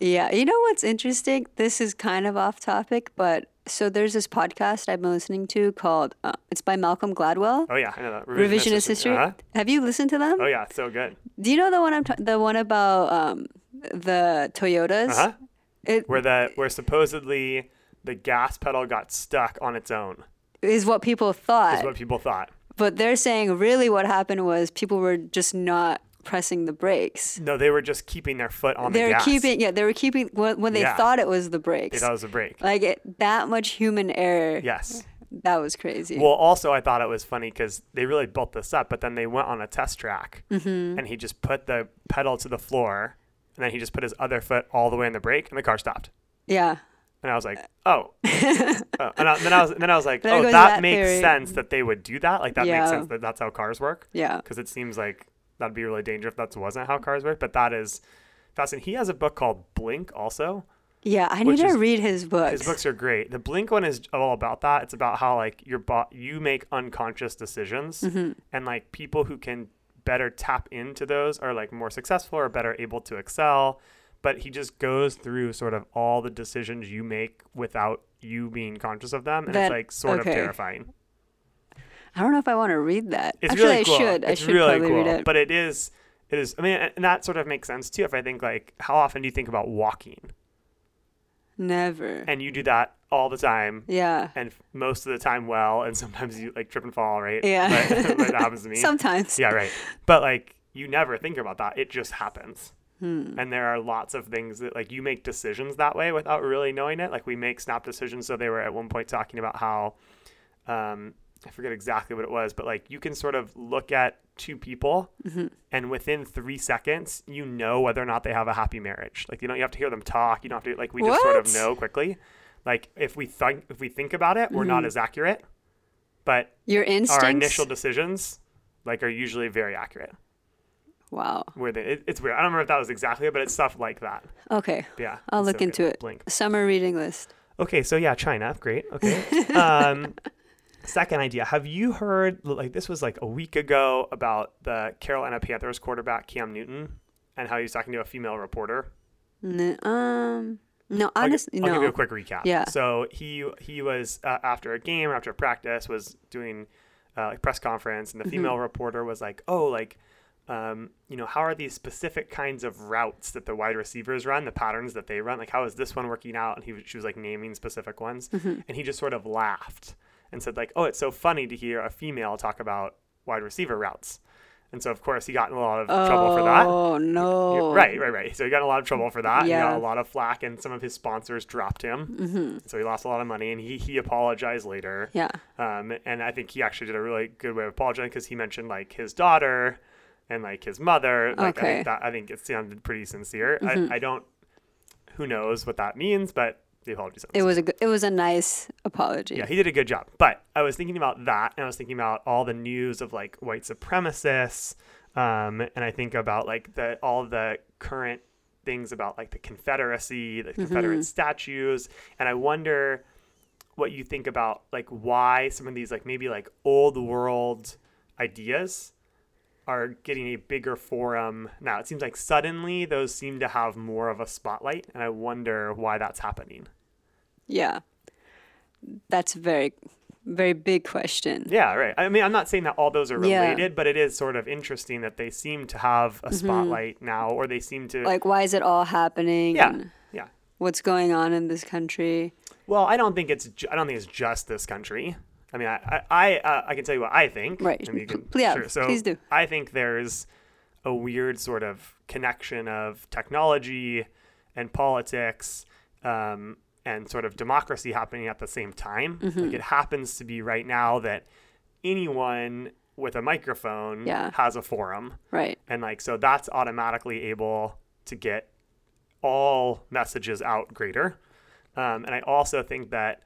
S1: Yeah. You know what's interesting? This is kind of off topic, but so there's this podcast I've been listening to called uh, it's by Malcolm Gladwell,
S2: Oh yeah, I know that.
S1: Revisionist History.
S2: Uh-huh.
S1: Have you listened to them?
S2: Oh yeah, so good.
S1: Do you know the one I'm ta- the one about um, the Toyotas?
S2: Uh-huh.
S1: It
S2: Where the where supposedly the gas pedal got stuck on its own
S1: is what people thought,
S2: is what people thought.
S1: but they're saying really what happened was people were just not pressing the brakes.
S2: No, they were just keeping their foot on
S1: They
S2: the
S1: were
S2: gas.
S1: keeping yeah, they were keeping when, when they
S2: Yeah.
S1: thought it was the
S2: They
S1: brakes.
S2: thought it was a break.
S1: Like it, that much human error.
S2: Yes.
S1: That was crazy.
S2: Well, also I thought it was funny because they really built this up, but then they went on a test track,
S1: Mm-hmm.
S2: and he just put the pedal to the floor, and then he just put his other foot all the way on the brake, and the car stopped.
S1: yeah.
S2: And I was like, oh. Oh, and I, then I was then I was like,
S1: There
S2: oh,
S1: Uh, goes
S2: that,
S1: that
S2: makes
S1: theory.
S2: sense that they would do that. Like that
S1: Yeah.
S2: makes sense that that's how cars work.
S1: Yeah.
S2: because Uh, it seems like that'd be really dangerous if that wasn't how cars work. But that is fascinating. He has a book called Blink. Also,
S1: Yeah, I
S2: Which
S1: need to
S2: is-
S1: read his books.
S2: his books are great. The Blink one is all about that. It's about how like your bo- you make unconscious decisions,
S1: Mm-hmm.
S2: and like people who can better tap into those are like more successful or better able to excel. But he just goes through sort of all the decisions you make without you being conscious of them, and
S1: That-
S2: it's like sort
S1: okay.
S2: of terrifying.
S1: I don't know if I want to read that.
S2: It's
S1: Actually,
S2: really
S1: I
S2: cool.
S1: should. I
S2: It's
S1: should
S2: really
S1: probably
S2: cool.
S1: read it.
S2: But it is, it is. I mean, and that sort of makes sense too. If I think like, how often do you think about walking?
S1: Never.
S2: And you do that all the time,
S1: yeah.
S2: and f- most of the time well, and sometimes you like trip and fall, right?
S1: Yeah.
S2: but, but that happens to me.
S1: Sometimes.
S2: Yeah, right. But like, you never think about that. It just happens. And there are lots of things that like you make decisions that way without really knowing it. Like we make snap decisions. So they were at one point talking about how um, I forget exactly what it was, but like you can sort of look at two people and within three seconds you know whether or not they have a happy marriage. Like you don't you have to hear them talk. You don't have to like we just sort of
S1: What?
S2: know quickly. Like if we think if we think about it, we're not as accurate. But
S1: Your instincts.
S2: our initial decisions like are usually very accurate.
S1: wow.
S2: Where they, it, it's weird. I don't remember if that was exactly, it, but it's stuff like that.
S1: Okay.
S2: Yeah.
S1: I'll
S2: it's
S1: look
S2: so good.
S1: into it.
S2: Blink.
S1: Summer reading list.
S2: Okay, so yeah, China, great. Okay. Um, second idea: Have you heard like this was like a week ago about the Carolina Panthers quarterback Cam Newton and how he was talking to a female reporter?
S1: N- um. No,
S2: I'll gi-
S1: honestly,
S2: I'll
S1: no.
S2: give you a quick recap.
S1: Yeah.
S2: So he he was uh, after a game or after practice was doing uh, like press conference, and the
S1: Mm-hmm.
S2: female reporter was like, "Oh, like." Um, you know, how are these specific kinds of routes that the wide receivers run, the patterns that they run? Like, how is this one working out? And he was, she was like naming specific ones,
S1: Mm-hmm.
S2: and he just sort of laughed and said like, "Oh, it's so funny to hear a female talk about wide receiver routes." And so, of course, he got in a lot of trouble for that.
S1: Oh
S2: Yeah,
S1: no.
S2: Right, right, right. So he got in a lot of trouble for that. He
S1: Yeah. Mm-hmm.
S2: got a lot of flack, and some of his sponsors dropped him. So he lost a lot of money, and he, he apologized later.
S1: Yeah.
S2: Um, and I think he actually did a really good way of apologizing because he mentioned like his daughter and like his mother. Like, I
S1: Okay. Mm-hmm.
S2: think, that, I think it sounded pretty sincere. I, I don't, who knows what that means, but the apology sounds
S1: It was a good, it was a nice apology.
S2: yeah, he did a good job. But I was thinking about that, and I was thinking about all the news of like white supremacists, um, and I think about like the all the current things about like the Confederacy, the Confederate statues, and I wonder what you think about like why some of these like maybe like old world ideas are getting a bigger forum now. It seems like suddenly those seem to have more of a spotlight, and I wonder why that's happening.
S1: Yeah. That's a very very big question.
S2: Yeah, right. I mean, I'm not saying that all those are
S1: Yeah. Mm-hmm.
S2: related, but it is sort of interesting that they seem to have a spotlight now, or they seem to.
S1: Like why is it all happening?
S2: yeah,
S1: and
S2: yeah.
S1: What's going on in this country?
S2: Well, I don't think it's. Ju- I don't think it's just this country. I mean, I, I, I, uh, I can tell you what I think.
S1: Right.
S2: and you can-
S1: Yeah,
S2: sure. So
S1: please do.
S2: I think there's a weird sort of connection of technology and politics um, and sort of democracy happening at the same time.
S1: Mm-hmm.
S2: Like it happens to be right now that anyone with a microphone
S1: Yeah.
S2: has a forum.
S1: Right.
S2: And like so that's automatically able to get all messages out greater. Um, and I also think that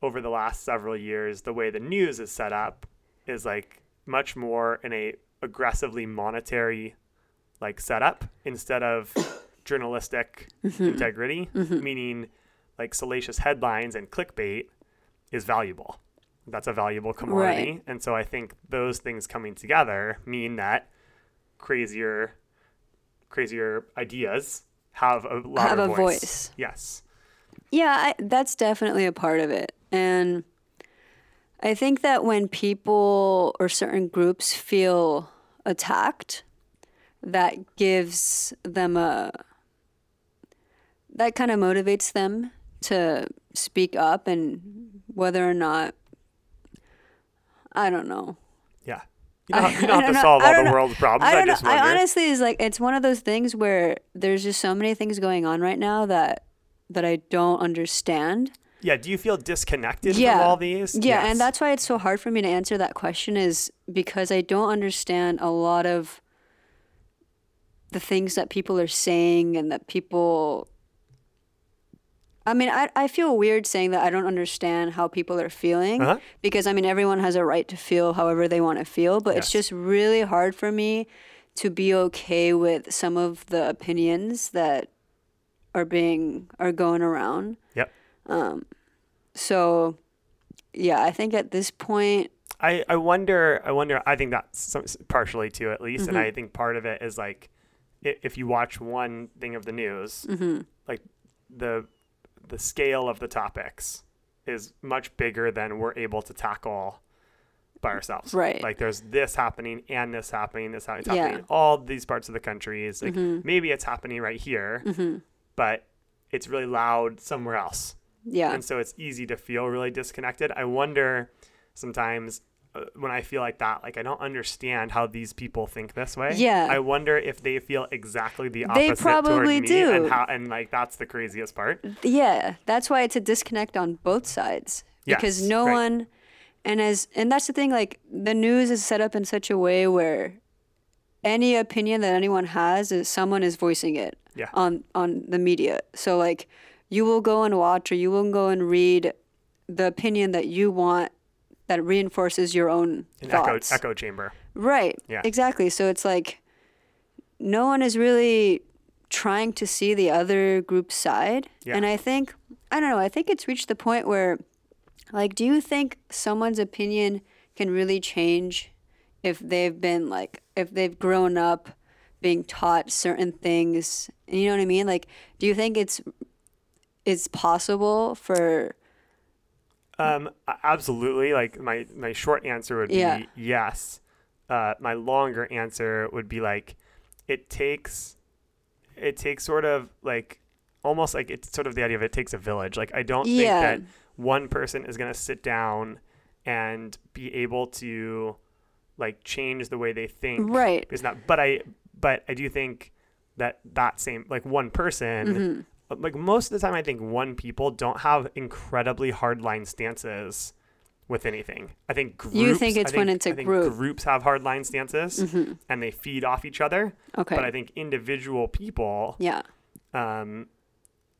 S2: over the last several years, the way the news is set up is like much more in a aggressively monetary like setup instead of journalistic integrity, meaning like salacious headlines and clickbait is valuable. That's a valuable commodity. And so I think those things coming together mean that crazier crazier ideas have a louder
S1: Have a
S2: voice.
S1: voice.
S2: Yes.
S1: Yeah, I, that's definitely a part of it. And I think that when people or certain groups feel attacked, that gives them a that kind of motivates them to speak up and whether or not I don't know.
S2: Yeah. You don't, have- you don't
S1: I
S2: have to
S1: don't know-
S2: solve
S1: I
S2: all the
S1: don't know-
S2: world's problems.
S1: I
S2: I,
S1: don't
S2: just
S1: know.
S2: wonder.
S1: I honestly is like it's one of those things where there's just so many things going on right now that that I don't understand.
S2: yeah. Do you feel disconnected from all these?
S1: Yeah,
S2: Yes.
S1: and that's why it's so hard for me to answer that question is because I don't understand a lot of the things that people are saying and that people I mean, I, I feel weird saying that I don't understand how people are feeling
S2: Uh-huh.
S1: because I mean, everyone has a right to feel however they want to feel, but it's
S2: Yes.
S1: just really hard for me to be okay with some of the opinions that are being are going around.
S2: Yep.
S1: So, yeah, I think at this point,
S2: I, I wonder I wonder I think that's some, partially too at least
S1: Mm-hmm.
S2: and I think part of it is like i- if you watch one thing of the news
S1: Mm-hmm.
S2: like the the scale of the topics is much bigger than we're able to tackle by ourselves
S1: Right.
S2: like there's this happening and this happening this happening, it's
S1: Yeah. Mm-hmm.
S2: happening in all these parts of the country is like maybe it's happening right here but it's really loud somewhere else
S1: yeah,
S2: and so it's easy to feel really disconnected. I wonder sometimes uh, when I feel like that. Like I don't understand how these people think this way.
S1: Yeah.
S2: I wonder if they feel exactly the opposite.
S1: They
S2: toward
S1: probably
S2: me
S1: do. Mm.
S2: And how and like that's the craziest part.
S1: Yeah, that's why it's a disconnect on both sides because
S2: Yes,
S1: no
S2: right.
S1: one, and as and that's the thing. Like the news is set up in such a way where any opinion that anyone has is someone is voicing it
S2: Yeah.
S1: on on the media. So like you will go and watch or you will go and read the opinion that you want that reinforces your own
S2: An echo,
S1: thoughts.
S2: echo chamber.
S1: Right.
S2: Yeah.
S1: Exactly. So it's like no one is really trying to see the other group's side.
S2: Yeah.
S1: And I think I don't know, I think it's reached the point where like do you think someone's opinion can really change if they've been like if they've grown up being taught certain things? You know what I mean? Like do you think it's it's possible for
S2: Um, a- absolutely. Like my my short answer would
S1: Yeah.
S2: be yes. Uh, my longer answer would be like it takes it takes sort of like almost like it's sort of the idea of it takes a village. Like I don't
S1: Yeah.
S2: think that one person is gonna sit down and be able to like change the way they think.
S1: Right.
S2: It's not. But I but I do think that that same like one person
S1: Mm-hmm.
S2: like most of the time i think one people don't have incredibly hardline stances with anything i think groups
S1: You think it's
S2: I
S1: when it's a
S2: I think
S1: group. Mm-hmm.
S2: groups have hardline stances and they feed off each other
S1: Okay.
S2: but i think individual people
S1: yeah.
S2: um,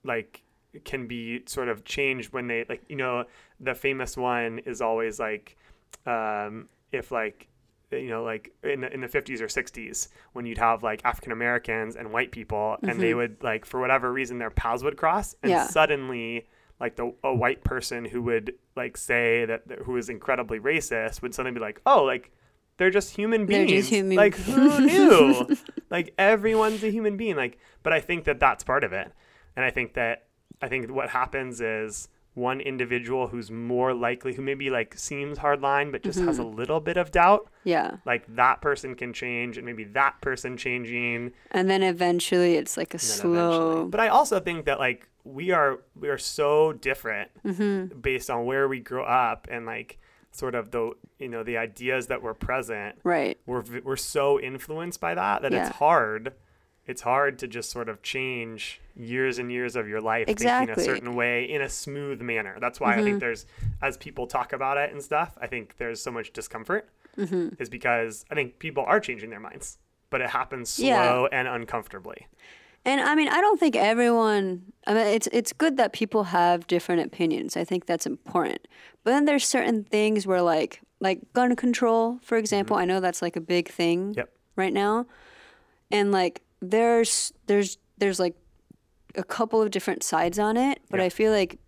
S2: like can be sort of changed when they like you know the famous one is always like um, if like you know like in the, in the 50s or 60s when you'd have like African Americans and white people and they would like for whatever reason their paths would cross and
S1: Yeah.
S2: suddenly like the a white person who would like say that who is incredibly racist would suddenly be like oh like they're just human
S1: They're
S2: beings
S1: just human-
S2: like who knew? like everyone's a human being. Like, but I think that that's part of it, and I think that I think what happens is one individual who's more likely, who maybe like seems hardline but just
S1: Mm-hmm.
S2: has a little bit of doubt,
S1: Yeah.
S2: like that person can change, and maybe that person changing.
S1: And then eventually it's like a
S2: and then eventually-
S1: slow
S2: But I also think that like we are we are so different
S1: Mm-hmm.
S2: based on where we grow up and like sort of the you know the ideas that were present
S1: right.
S2: we're v- we're so influenced by that that
S1: Yeah.
S2: it's hard. It's hard to just sort of change years and years of your life
S1: Exactly. Mm-hmm.
S2: thinking a certain way in a smooth manner. That's why I think there's, as people talk about it and stuff, I think there's so much discomfort
S1: Mm-hmm.
S2: is because I think people are changing their minds, but it happens slow
S1: Yeah.
S2: and uncomfortably.
S1: And I mean, I don't think everyone. I mean, it's it's good that people have different opinions. I think that's important. But then there's certain things where, like, like gun control, for example. I know that's like a big thing
S2: Mm-hmm. Yep.
S1: right now, and like there's there's there's like a couple of different sides on it. But
S2: Yeah.
S1: I feel like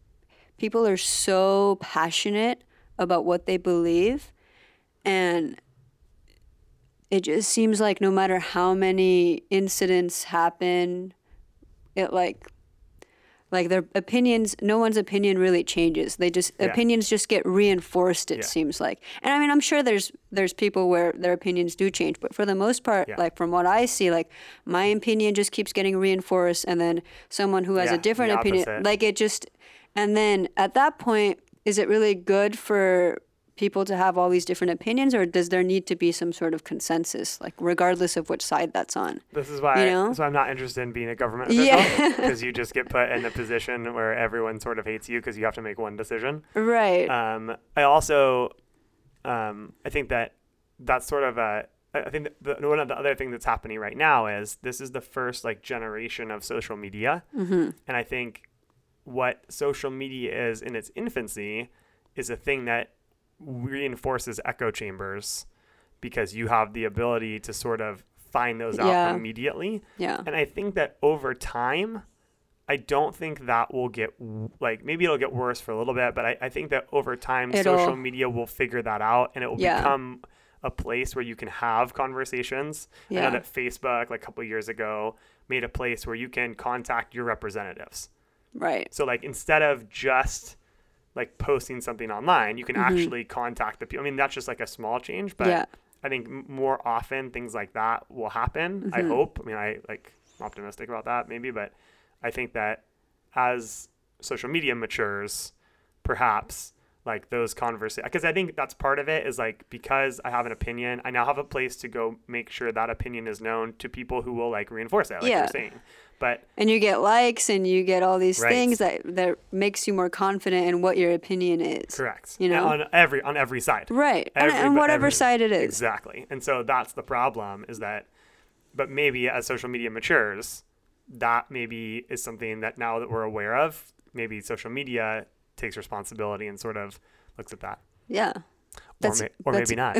S1: people are so passionate about what they believe, and it just seems like no matter how many incidents happen it like like their opinions no one's opinion really changes they just opinions just get reinforced it
S2: Yeah.
S1: seems like and i mean i'm sure there's there's people where their opinions do change but for the most part
S2: Yeah.
S1: like from what i see like my opinion just keeps getting reinforced and then someone who has
S2: Yeah,
S1: a
S2: the
S1: different opinion
S2: opposite.
S1: like it just and then at that point is it really good for people to have all these different opinions or does there need to be some sort of consensus like regardless of which side that's on
S2: This is why,
S1: You know?
S2: this is why I'm not interested in being a government
S1: Yeah.
S2: official because you just get put in a position where everyone sort of hates you because you have to make one decision.
S1: right
S2: um, I also, um, I think that that's sort of a. I I think that the, one of the other thing that's happening right now is this is the first like generation of social media, mm-hmm. and I think what social media is in its infancy is a thing that reinforces echo chambers because you have the ability to sort of find those out
S1: Yeah.
S2: immediately.
S1: yeah
S2: And I think that over time, I don't think that will get w- like maybe it'll get worse for a little bit, but I, I think that over time
S1: It'll-
S2: social media will figure that out and it will
S1: Yeah.
S2: become a place where you can have conversations. I
S1: Yeah.
S2: know that Facebook like a couple years ago made a place where you can contact your representatives.
S1: right
S2: So like instead of just like posting something online, you can actually contact the people. I mean, that's just like a small change, but
S1: Mm-hmm. Yeah.
S2: I think m- more often things like that will happen. I
S1: Mm-hmm.
S2: hope. I mean, I like I'm optimistic about that maybe, but I think that as social media matures, perhaps like those conversations because i think that's part of it is like because i have an opinion i now have a place to go make sure that opinion is known to people who will like reinforce that like
S1: Yeah.
S2: you're saying but
S1: and you get likes and you get all these
S2: Right.
S1: things that that makes you more confident in what your opinion is
S2: correct
S1: You know?
S2: on every on every side
S1: right and,
S2: Every-
S1: and whatever
S2: every-
S1: side it is
S2: Exactly. And so that's the problem is that, but maybe as social media matures, that maybe is something that now that we're aware of, maybe social media takes responsibility and sort of looks at that.
S1: yeah
S2: or may, or maybe not.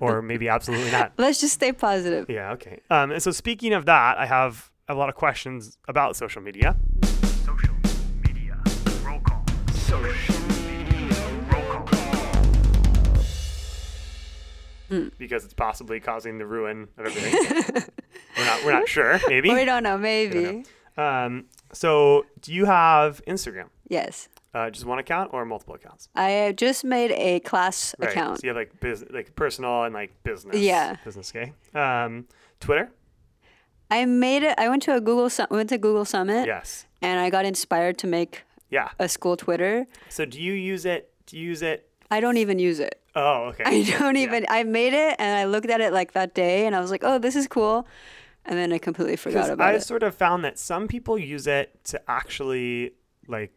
S2: or maybe absolutely not.
S1: let's just stay positive
S2: Yeah, okay. Um, and so speaking of that, I have a lot of questions about social media. Social media. Roll call. Social media. Roll call. Because it's possibly causing the ruin of everything. we're, not, we're not sure,
S1: we
S2: maybe.
S1: don't know maybe
S2: Um, so do you have Instagram?
S1: yes
S2: Uh, just one account or multiple accounts?
S1: i uh, just made a class
S2: Right.
S1: account
S2: So you have like bus- like personal and like business.
S1: Yeah.
S2: Business, okay. Um, Twitter?
S1: i made it i went to a google Su- went to google summit
S2: Yes.
S1: and i got inspired to make
S2: Yeah.
S1: a school twitter
S2: So do you use it? Do you use it?
S1: i don't even use it
S2: Oh, okay.
S1: I don't even. I made it and I looked at it like that day and I was like, oh, this is cool. And then I completely forgot
S2: 'Cause
S1: about
S2: I
S1: it.
S2: sort of found that some people use it to actually like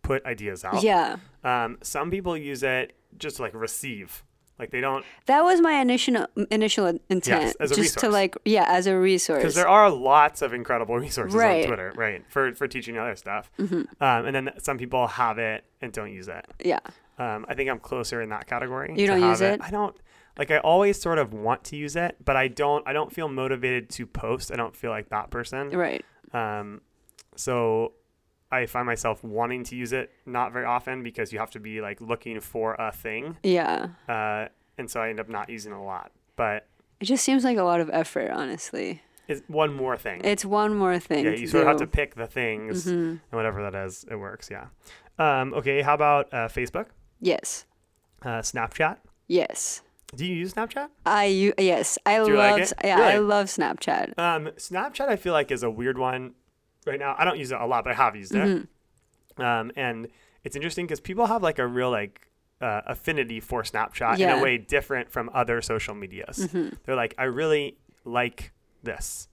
S2: put ideas out.
S1: Yeah.
S2: Um, some people use it just to, like receive. Like they don't
S1: That was my initial initial intent.
S2: as a
S1: just to
S2: resource.
S1: like, yeah, as a resource.
S2: because there are lots of incredible resources
S1: Right. Mm-hmm.
S2: on Twitter, right? For for teaching other stuff. Um, and then some people have it and don't use it.
S1: yeah.
S2: Um, I think I'm closer in that category.
S1: You
S2: to
S1: don't
S2: have
S1: use it?
S2: I don't like. I always sort of want to use it, but I don't. I don't feel motivated to post. I don't feel like that person.
S1: Right.
S2: Um, so I find myself wanting to use it not very often because you have to be like looking for a thing,
S1: Yeah.
S2: uh, and so I end up not using it a lot. But
S1: It just seems like a lot of effort, honestly.
S2: it's one more thing.
S1: It's one more thing.
S2: yeah, you
S1: to
S2: sort of have
S1: do. Mm-hmm.
S2: to pick the things and whatever that is, it works. Yeah. Um, okay. How about uh, Facebook,
S1: Yes.
S2: uh, Snapchat?
S1: Yes.
S2: Do you use Snapchat?
S1: I u- yes. I
S2: you like
S1: love.
S2: it?
S1: yeah. I
S2: Really?
S1: love Snapchat.
S2: Um, Snapchat, I feel like is a weird one right now. I don't use it a lot, but I have used
S1: Mm-hmm.
S2: it. Um, and it's interesting because people have like a real like uh, affinity for Snapchat in
S1: Yeah. Mm-hmm.
S2: a way different from other social medias. They're like, I really like this,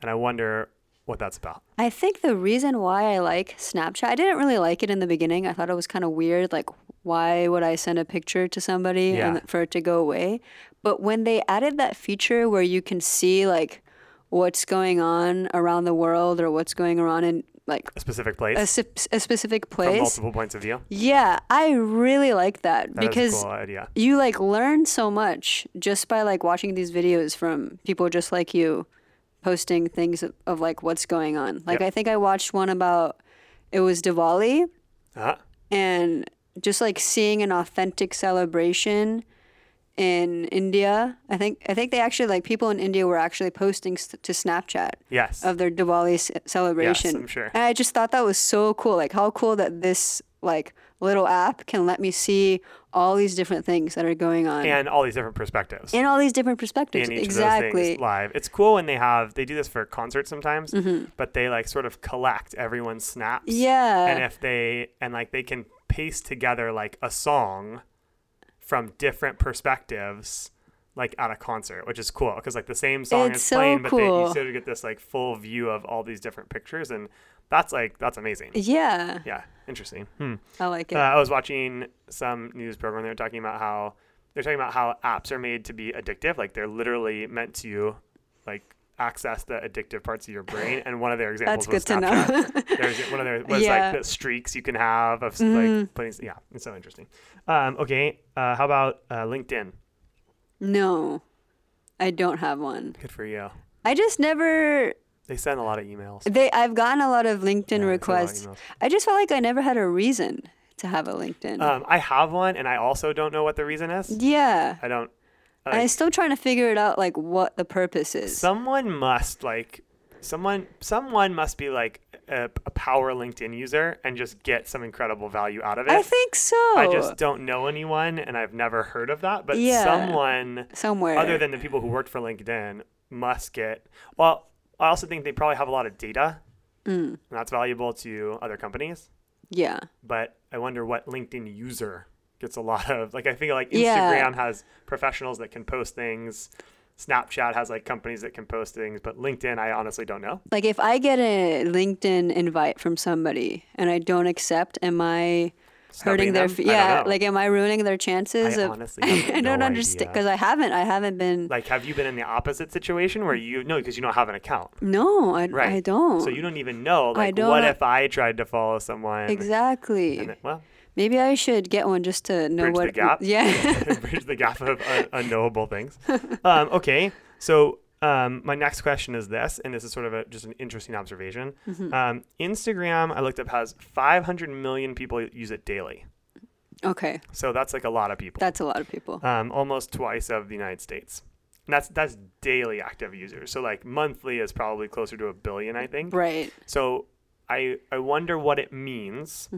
S2: and I wonder what that's about.
S1: I think the reason why I like Snapchat, I didn't really like it in the beginning. I thought it was kind of weird. Like, why would I send a picture to somebody
S2: Yeah.
S1: and for it to go away? But when they added that feature where you can see like what's going on around the world or what's going on in like
S2: A specific place
S1: a, sip- a specific
S2: from
S1: place,
S2: multiple points of view.
S1: yeah, I really like that,
S2: That is
S1: because
S2: a cool idea.
S1: you like learn so much just by like watching these videos from people just like you posting things of, of like what's going on like
S2: Yep.
S1: i think i watched one about it was diwali
S2: Uh-huh.
S1: and just like seeing an authentic celebration in india i think i think they actually like people in india were actually posting s to snapchat
S2: Yes.
S1: of their diwali s- celebration
S2: I'm sure.
S1: and i just thought that was so cool like how cool that this like little app can let me see all these different things that are going on
S2: and all these different perspectives.
S1: and all these different perspectives.
S2: in each of those
S1: exactly.
S2: things live. It's cool when they have they do this for concerts sometimes, but they like sort of collect everyone's snaps.
S1: Mm-hmm. Yeah.
S2: And if they and like they can paste together like a song from different perspectives like at a concert, which is cool because like the same song
S1: It's
S2: is
S1: so
S2: playing, but they, you
S1: cool.
S2: sort of get this like full view of all these different pictures, and that's like that's amazing.
S1: yeah,
S2: Yeah, interesting. Hmm.
S1: I like it.
S2: Uh, I was watching some news program. They were talking about how they're talking about how apps are made to be addictive. Like they're literally meant to, like access the addictive parts of your brain. And one of their
S1: That's
S2: examples
S1: good
S2: was
S1: to
S2: Snapchat.
S1: know.
S2: There's one of their was
S1: Yeah. Mm-hmm.
S2: like the streaks you can have of like putting. Yeah, it's so interesting. Um, okay, uh, how about uh, LinkedIn?
S1: no, I don't have one.
S2: Good for you.
S1: I just never.
S2: They send a lot of emails.
S1: They. I've gotten a lot of LinkedIn
S2: Yeah, I saw a lot of
S1: requests.
S2: emails.
S1: I just felt like I never had a reason to have a LinkedIn.
S2: Um, I have one, and I also don't know what the reason is.
S1: yeah,
S2: I don't.
S1: I'm still trying to figure it out, like what the purpose is.
S2: someone must like someone someone must be like a, a power linkedin user and just get some incredible value out of it
S1: I think so.
S2: I just don't know anyone and i've never heard of that but
S1: Yeah.
S2: someone
S1: somewhere
S2: other than the people who worked for linkedin must get well i also think they probably have a lot of data and that's valuable to other companies
S1: yeah.
S2: but i wonder what linkedin user gets a lot of like I think like Instagram
S1: Yeah.
S2: has professionals that can post things. Snapchat has like companies that can post things, but LinkedIn I honestly don't know.
S1: Like if I get a LinkedIn invite from somebody and I don't accept, am I hurting
S2: Snubbing
S1: their
S2: them?
S1: f-
S2: I don't
S1: yeah?
S2: know.
S1: Like am I ruining their chances
S2: I
S1: of?
S2: honestly have
S1: I don't
S2: no
S1: understand
S2: idea.
S1: because I haven't. I haven't been.
S2: Like have you been in the opposite situation where you no because you don't have an account.
S1: no, I,
S2: Right.
S1: I don't.
S2: So you don't even know like
S1: don't
S2: what
S1: know-
S2: if I tried to follow someone
S1: exactly.
S2: and it- well
S1: Maybe I should get one just to know
S2: bridge
S1: what.
S2: the gap.
S1: Yeah.
S2: bridge the gap of un- unknowable things. Um, okay, so um, my next question is this, and this is sort of a, just an interesting observation.
S1: Mm-hmm.
S2: Um, Instagram, I looked up, has 500 million people use it daily.
S1: okay,
S2: So that's like a lot of people,
S1: that's a lot of people.
S2: um, almost twice of the United States. And that's that's daily active users. So like monthly is probably closer to a billion, I think.
S1: right.
S2: So I I wonder what it means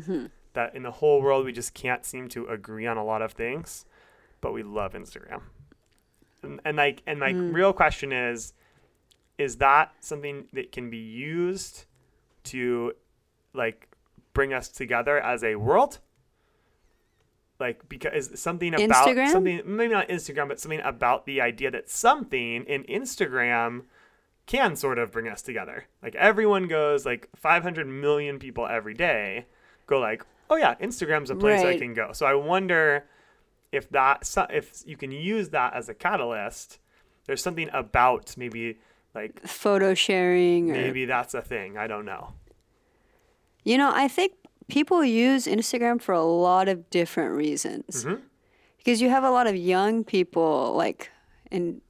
S2: that in the whole world we just can't seem to agree on a lot of things, but we love Instagram. And, and like and my real question is, is that something that can be used to like bring us together as a world? Like because something about
S1: Instagram?
S2: something maybe not Instagram, but something about the idea that something in Instagram can sort of bring us together. Like everyone goes like 500 million people every day go like, "Oh yeah, Instagram's a place I
S1: Right.
S2: can go." So I wonder if that so- if you can use that as a catalyst. There's something about maybe like
S1: Photo sharing. Or,
S2: maybe that's a thing. I don't know.
S1: You know, I think people use Instagram for a lot of different reasons.
S2: Mm-hmm.
S1: Because you have a lot of young people, like in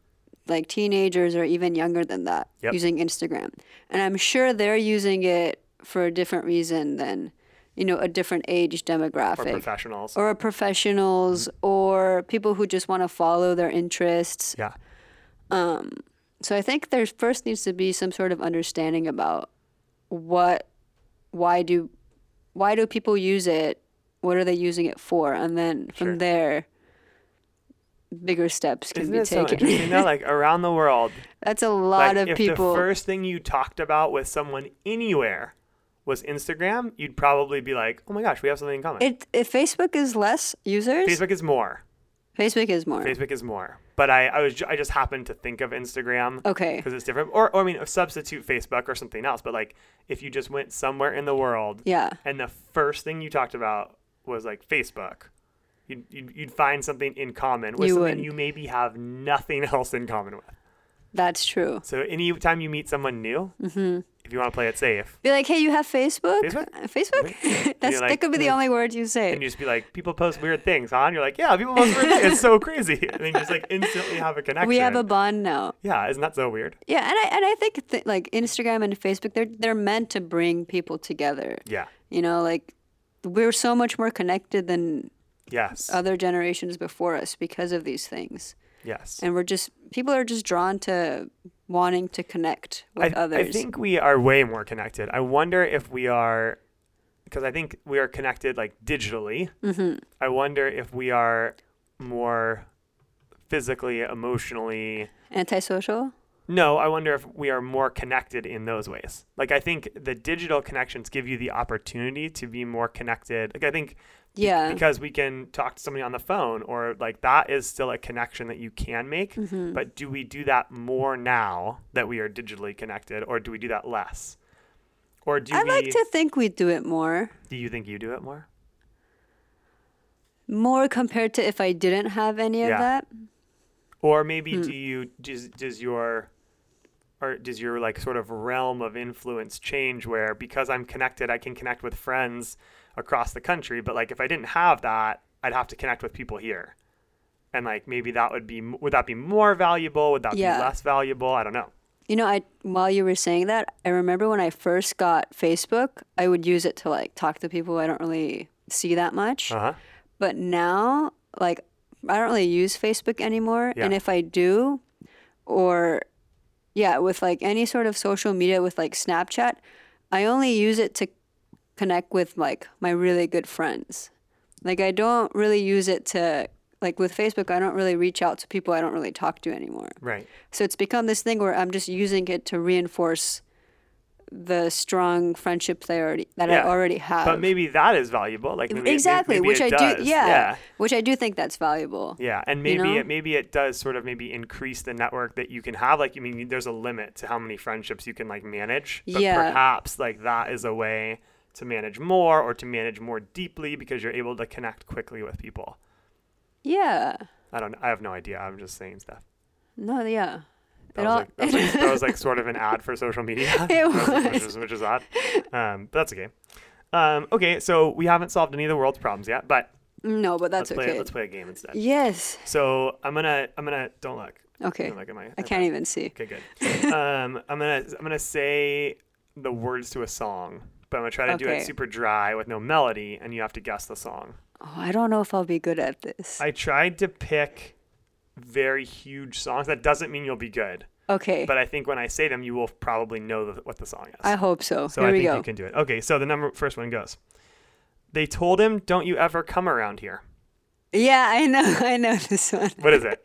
S1: like teenagers or even younger than that,
S2: Yep.
S1: using Instagram. And I'm sure they're using it for a different reason than, you know, a different age
S2: Or
S1: demographic.
S2: professionals.
S1: or professionals or people who just want to follow their interests.
S2: yeah.
S1: So I think there first needs to be some sort of understanding about what, why do, why do people use it? What are they using it for? And then from
S2: Sure.
S1: there, bigger steps can
S2: Isn't
S1: be
S2: it so
S1: taken.
S2: interesting though? Like around the world,
S1: That's a lot
S2: like
S1: of
S2: if
S1: people.
S2: the first thing you talked about with someone anywhere was Instagram, you'd probably be like, "Oh my gosh, we have something in common."
S1: it, if Facebook is less users, Facebook,
S2: Facebook is more.
S1: is more.
S2: Facebook is more. But I, I was ju- I just happened to think of Instagram
S1: Okay.
S2: because it's different. Or, or I mean, substitute Facebook or something else. But like, if you just went somewhere in the world,
S1: Yeah.
S2: and the first thing you talked about was like Facebook, you'd you'd, you'd find something in common with
S1: You
S2: something
S1: would.
S2: you maybe have nothing else in common with.
S1: That's true.
S2: So anytime you meet someone new,
S1: Mm-hmm.
S2: if you want to play it safe,
S1: Be like, hey, you have Facebook?
S2: Facebook?
S1: Uh, Facebook? That's,
S2: like,
S1: that could be the only word you say.
S2: and you just be like, people post weird things, huh? And you're like, yeah, people post weird things. It's so crazy. And then you just like instantly have a connection.
S1: we have a bond now.
S2: yeah, isn't that so weird?
S1: Yeah, and I and I think th- like Instagram and Facebook, they're they're meant to bring people together.
S2: Yeah.
S1: You know, like we're so much more connected than
S2: Yes.
S1: other generations before us because of these things,
S2: yes.
S1: and we're just people are just drawn to wanting to connect with
S2: I,
S1: others.
S2: I think we are way more connected. I wonder if we are, because I think we are connected like digitally.
S1: Mm-hmm.
S2: I wonder if we are more physically, emotionally.
S1: Antisocial.
S2: No, I wonder if we are more connected in those ways. Like, I think the digital connections give you the opportunity to be more connected. Like, I think be-
S1: Yeah.
S2: because we can talk to somebody on the phone or like that is still a connection that you can make
S1: Mm-hmm.
S2: but do we do that more now that we are digitally connected or do we do that less or do
S1: I
S2: we
S1: like to think we do it more,
S2: do you think you do it more
S1: more compared to if I didn't have any
S2: Yeah.
S1: of that.
S2: or maybe
S1: Hmm.
S2: do you does, does your or does your like sort of realm of influence change where because i'm connected i can connect with friends across the country but like if i didn't have that i'd have to connect with people here and like maybe that would be would that be more valuable would that
S1: Yeah.
S2: be less valuable i don't know
S1: You know, I while you were saying that, I remember when I first got Facebook, I would use it to like talk to people I don't really see that much.
S2: uh-huh
S1: But now, like, I don't really use Facebook anymore. And
S2: Yeah.
S1: if I do, or yeah, with like any sort of social media, with like Snapchat, I only use it to connect with like my really good friends. Like, I don't really use it to, like, with Facebook, I don't really reach out to people I don't really talk to anymore.
S2: right
S1: So it's become this thing where I'm just using it to reinforce the strong friendships that I already that I
S2: Yeah.
S1: already have.
S2: But maybe that is valuable. Like maybe it- may-
S1: Uh, e, exactly,
S2: maybe
S1: which
S2: it
S1: I do.
S2: does.
S1: Yeah,
S2: yeah.
S1: which I do think that's valuable.
S2: Yeah, and
S1: You
S2: maybe
S1: know?
S2: it maybe it does sort of maybe increase the network that you can have. Like, I mean, there's a limit to how many friendships you can like manage. But
S1: Yeah.
S2: perhaps like that is a way to manage more or to manage more deeply because you're able to connect quickly with people.
S1: Yeah.
S2: I don't. I have no idea. I'm just saying stuff.
S1: No. Yeah.
S2: That
S1: It
S2: was,
S1: all-
S2: like, that, was like, that was like sort of an ad for social media.
S1: It
S2: which is which is odd. Um, but that's okay. Um, okay, so we haven't solved any of the world's problems yet, but
S1: No, but that's
S2: let's play
S1: okay.
S2: let's play a game instead.
S1: Yes.
S2: So I'm gonna I'm gonna don't look.
S1: Okay.
S2: Don't look at my.
S1: I can't even see.
S2: Okay, good. um, I'm gonna I'm gonna say the words to a song, but I'm gonna try to do
S1: Okay.
S2: it super dry with no melody, and you have to guess the song.
S1: Oh, I don't know if I'll be good at this.
S2: I tried to pick very huge songs. That doesn't mean you'll be good,
S1: okay.
S2: but I think when I say them, you will probably know the, what the song is.
S1: I hope so.
S2: so
S1: Here
S2: I
S1: we
S2: think
S1: go.
S2: you can do it. Okay, so the number first one goes. They told him, "Don't you ever come around here."
S1: Yeah, I know. I know this one.
S2: What is it?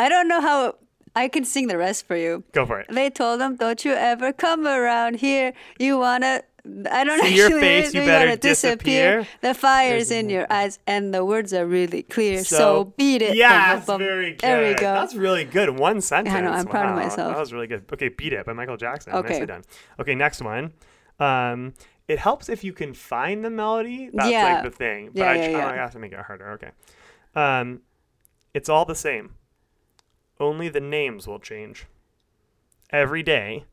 S1: I don't know how I can sing the rest for you.
S2: Go for it.
S1: They told them, "Don't you ever come around here. You wanna." I don't
S2: See
S1: actually.
S2: your face, you
S1: you
S2: better
S1: wanna disappear.
S2: disappear.
S1: The fire's in your eyes, and the words are really clear. So, beat it.
S2: Yeah,
S1: Bum,
S2: that's
S1: bum, bum.
S2: very good.
S1: There we go.
S2: That's really good. One sentence.
S1: I'm proud of
S2: Wow,
S1: myself.
S2: That was really good. Okay, beat it by Michael Jackson.
S1: Okay.
S2: Nicely done. Okay, next one. Um, it helps if you can find the melody. That's
S1: Yeah.
S2: like the thing. But
S1: Yeah,
S2: I,
S1: yeah,
S2: oh,
S1: yeah.
S2: I have to make it harder. Okay. Um, it's all the same. Only the names will change. Every day,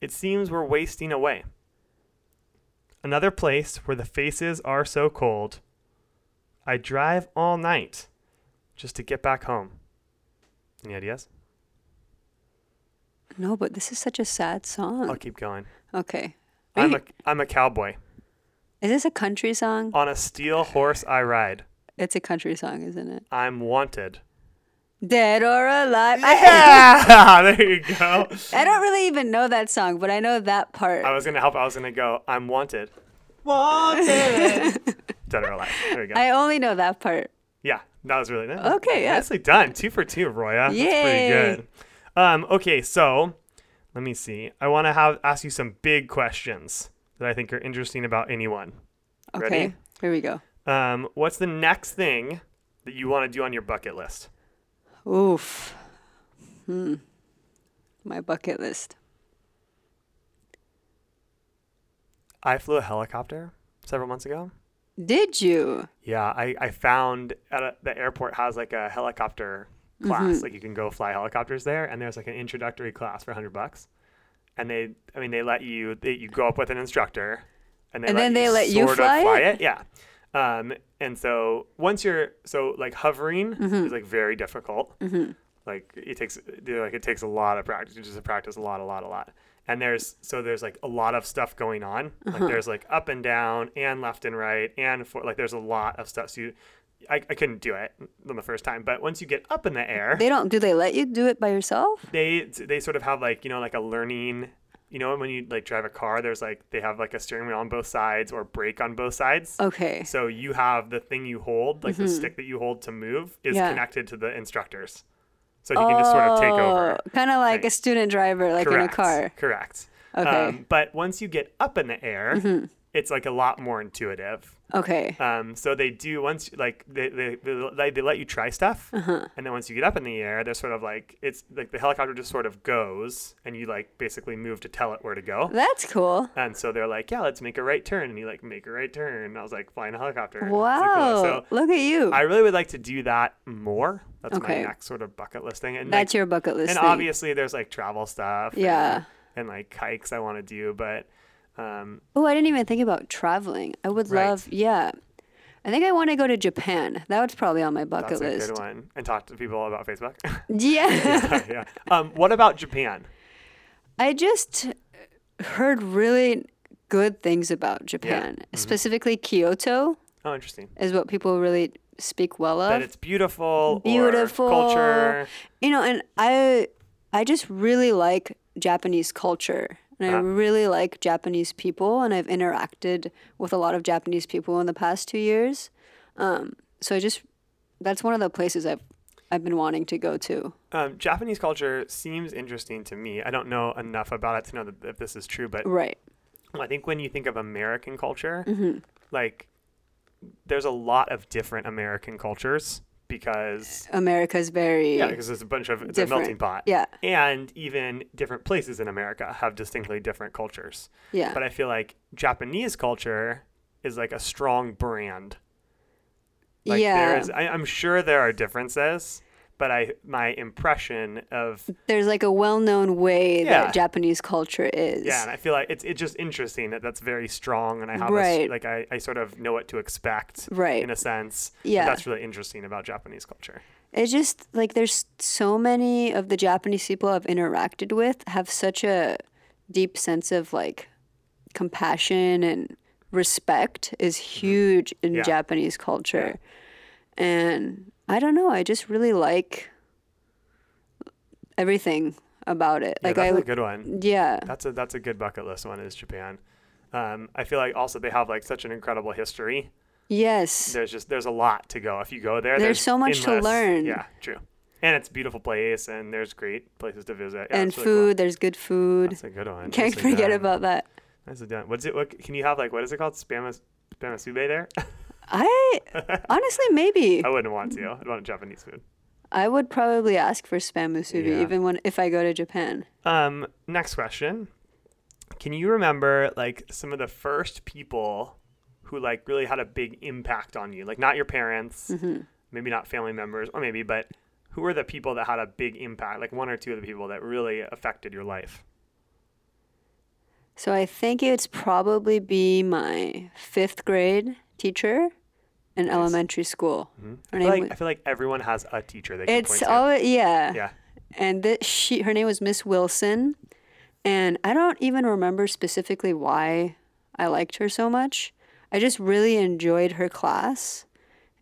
S2: it seems we're wasting away. Another place where the faces are so cold. I drive all night just to get back home. Any ideas?
S1: no, but this is such a sad
S2: I'll
S1: song.
S2: keep going.
S1: Okay.
S2: I'm a
S1: Wait,
S2: I'm a cowboy.
S1: is this a country song?
S2: On a steel horse I ride.
S1: It's a country song, isn't it?
S2: I'm wanted.
S1: Dead or alive. I,
S2: Yeah, there you go.
S1: I don't really even know that song, but I know that part.
S2: I was gonna help. I was gonna go. I'm wanted. Wanted. Dead or alive. There you go.
S1: I only know that part.
S2: yeah, that was really nice.
S1: Okay, yeah.
S2: nicely done. Two for two, Roya. That's
S1: Yay.
S2: pretty good. Um, okay, so let me see. I want to have ask you some big questions that I think are interesting about anyone.
S1: Okay.
S2: Ready?
S1: Here we go.
S2: Um, what's the next thing that you want to do on your bucket list?
S1: Oof. Hmm. My bucket list.
S2: I flew a helicopter several months ago.
S1: Did you?
S2: Yeah, I, I found at a, the airport has like a helicopter
S1: Mm-hmm.
S2: class. Like you can go fly helicopters there, and there's like an introductory class for hundred bucks. And they, I mean, they let you they, you go up with an instructor, and, they
S1: And
S2: let
S1: then
S2: you
S1: they let you
S2: sort
S1: fly
S2: of fly
S1: it?
S2: it. Yeah. Um, and so once you're so like hovering
S1: Mm-hmm.
S2: is like very difficult. Like it takes they're like it takes a lot of practice. You just practice a lot, a lot, a lot. And there's so there's like a lot of stuff going on.
S1: Uh-huh.
S2: Like there's like up and down and left and right and for like there's a lot of stuff. So you, I, I couldn't do it on the first time, but once you get up in the air,
S1: They don't. Do they let you do it by yourself?
S2: they they sort of have like you know like a learning you know when you like drive a car there's like they have like a steering wheel on both sides or brake on both sides
S1: Okay. Mm-hmm.
S2: so you have the thing you hold like the stick that you hold to move is
S1: Yeah.
S2: connected to the instructors so he can just sort of take over
S1: Kind of Oh, like a
S2: Right.
S1: student driver, like
S2: correct
S1: in a car.
S2: correct Um,
S1: Okay. Mm-hmm.
S2: but once you get up in the air it's like a lot more intuitive
S1: Okay.
S2: um, so they do once like they they, they, they let you try stuff,
S1: Uh-huh.
S2: and then once you get up in the air, they're sort of like it's like the helicopter just sort of goes, and you like basically move to tell it where to go.
S1: That's cool.
S2: And so they're like, yeah, let's make a right turn, and you like make a right turn. And I was like flying a helicopter. It's, like, cool.
S1: Wow.
S2: So
S1: Look at you.
S2: I really would like to do that more. That's
S1: Okay.
S2: my next sort of bucket list thing. And
S1: That's
S2: like,
S1: your bucket list.
S2: and
S1: thing.
S2: obviously there's like travel stuff. and-
S1: Yeah.
S2: And, like hikes I want to do, but um,
S1: Oh, I didn't even think about traveling. I would
S2: Right.
S1: love, yeah. I think I want to go to Japan. That was probably on my bucket
S2: that's a
S1: list.
S2: good one. And talk to people about Facebook.
S1: Yeah.
S2: yeah. Um, what about Japan?
S1: I just heard really good things about Japan,
S2: Mm-hmm.
S1: specifically Kyoto,
S2: Oh, interesting.
S1: is what people really speak well of.
S2: That it's beautiful,
S1: beautiful
S2: or culture.
S1: You know, and I I just really like Japanese culture. And I
S2: Uh-huh.
S1: really like Japanese people and I've interacted with a lot of Japanese people in the past 2 years. Um, so I just that's one of the places I've I've been wanting to go to.
S2: Um, Japanese culture seems interesting to me. I don't know enough about it to know that, if this is true, but
S1: Right.
S2: I think when you think of American culture,
S1: Mm-hmm.
S2: like there's a lot of different American cultures because
S1: America's very
S2: yeah, because it's a bunch of it's a
S1: different.
S2: melting pot.
S1: Yeah.
S2: and even different places in America have distinctly different cultures.
S1: yeah.
S2: But I feel like Japanese culture is like a strong brand. Like
S1: yeah.
S2: there's, I, I'm sure there are differences, but I my impression of
S1: There's like a well-known way
S2: Yeah.
S1: that Japanese culture is.
S2: yeah, and I feel like it's it's just interesting that that's very strong, and I have a s
S1: Right.
S2: like I, I sort of know what to expect,
S1: Right.
S2: In a sense, But
S1: Yeah.
S2: that's really interesting about Japanese culture.
S1: It's just like there's so many of the Japanese people I've interacted with have such a deep sense of like compassion and respect is huge in
S2: Mm-hmm. Yeah.
S1: Japanese culture. And I don't know, I just really like everything about it.
S2: Yeah,
S1: like
S2: that's
S1: I
S2: a good one.
S1: yeah.
S2: That's a that's a good bucket list one is Japan. Um, I feel like also they have like such an incredible history.
S1: Yes.
S2: There's just there's a lot to go if you go there. There's,
S1: so much to
S2: endless-
S1: learn.
S2: Yeah, true. And it's a beautiful place, and there's great places to visit. Yeah,
S1: and
S2: it's really cool.
S1: food, there's good food.
S2: That's a good one.
S1: Can't
S2: Nicely
S1: forget
S2: done.
S1: about that.
S2: Nicely done. What's it? What can you have? Like what is it called? Spamas spamasube there?
S1: I honestly maybe
S2: I wouldn't want to. I'd want Japanese food.
S1: I would probably ask for spam musubi
S2: Yeah.
S1: even when if I go to Japan.
S2: Um, next question. Can you remember like some of the first people who like really had a big impact on you? Like not your parents,
S1: Mm-hmm.
S2: maybe not family members, or maybe, but who were the people that had a big impact? Like one or two of the people that really affected your life.
S1: So I think it's probably be my fifth grade teacher in elementary school. Her
S2: I feel,
S1: name
S2: Mm-hmm. like,
S1: wa-
S2: I feel like everyone has a teacher they can
S1: it's
S2: point
S1: all yeah.
S2: to. Yeah.
S1: And thi- she her name was Miss Wilson, and I don't even remember specifically why I liked her so much. I just really enjoyed her class,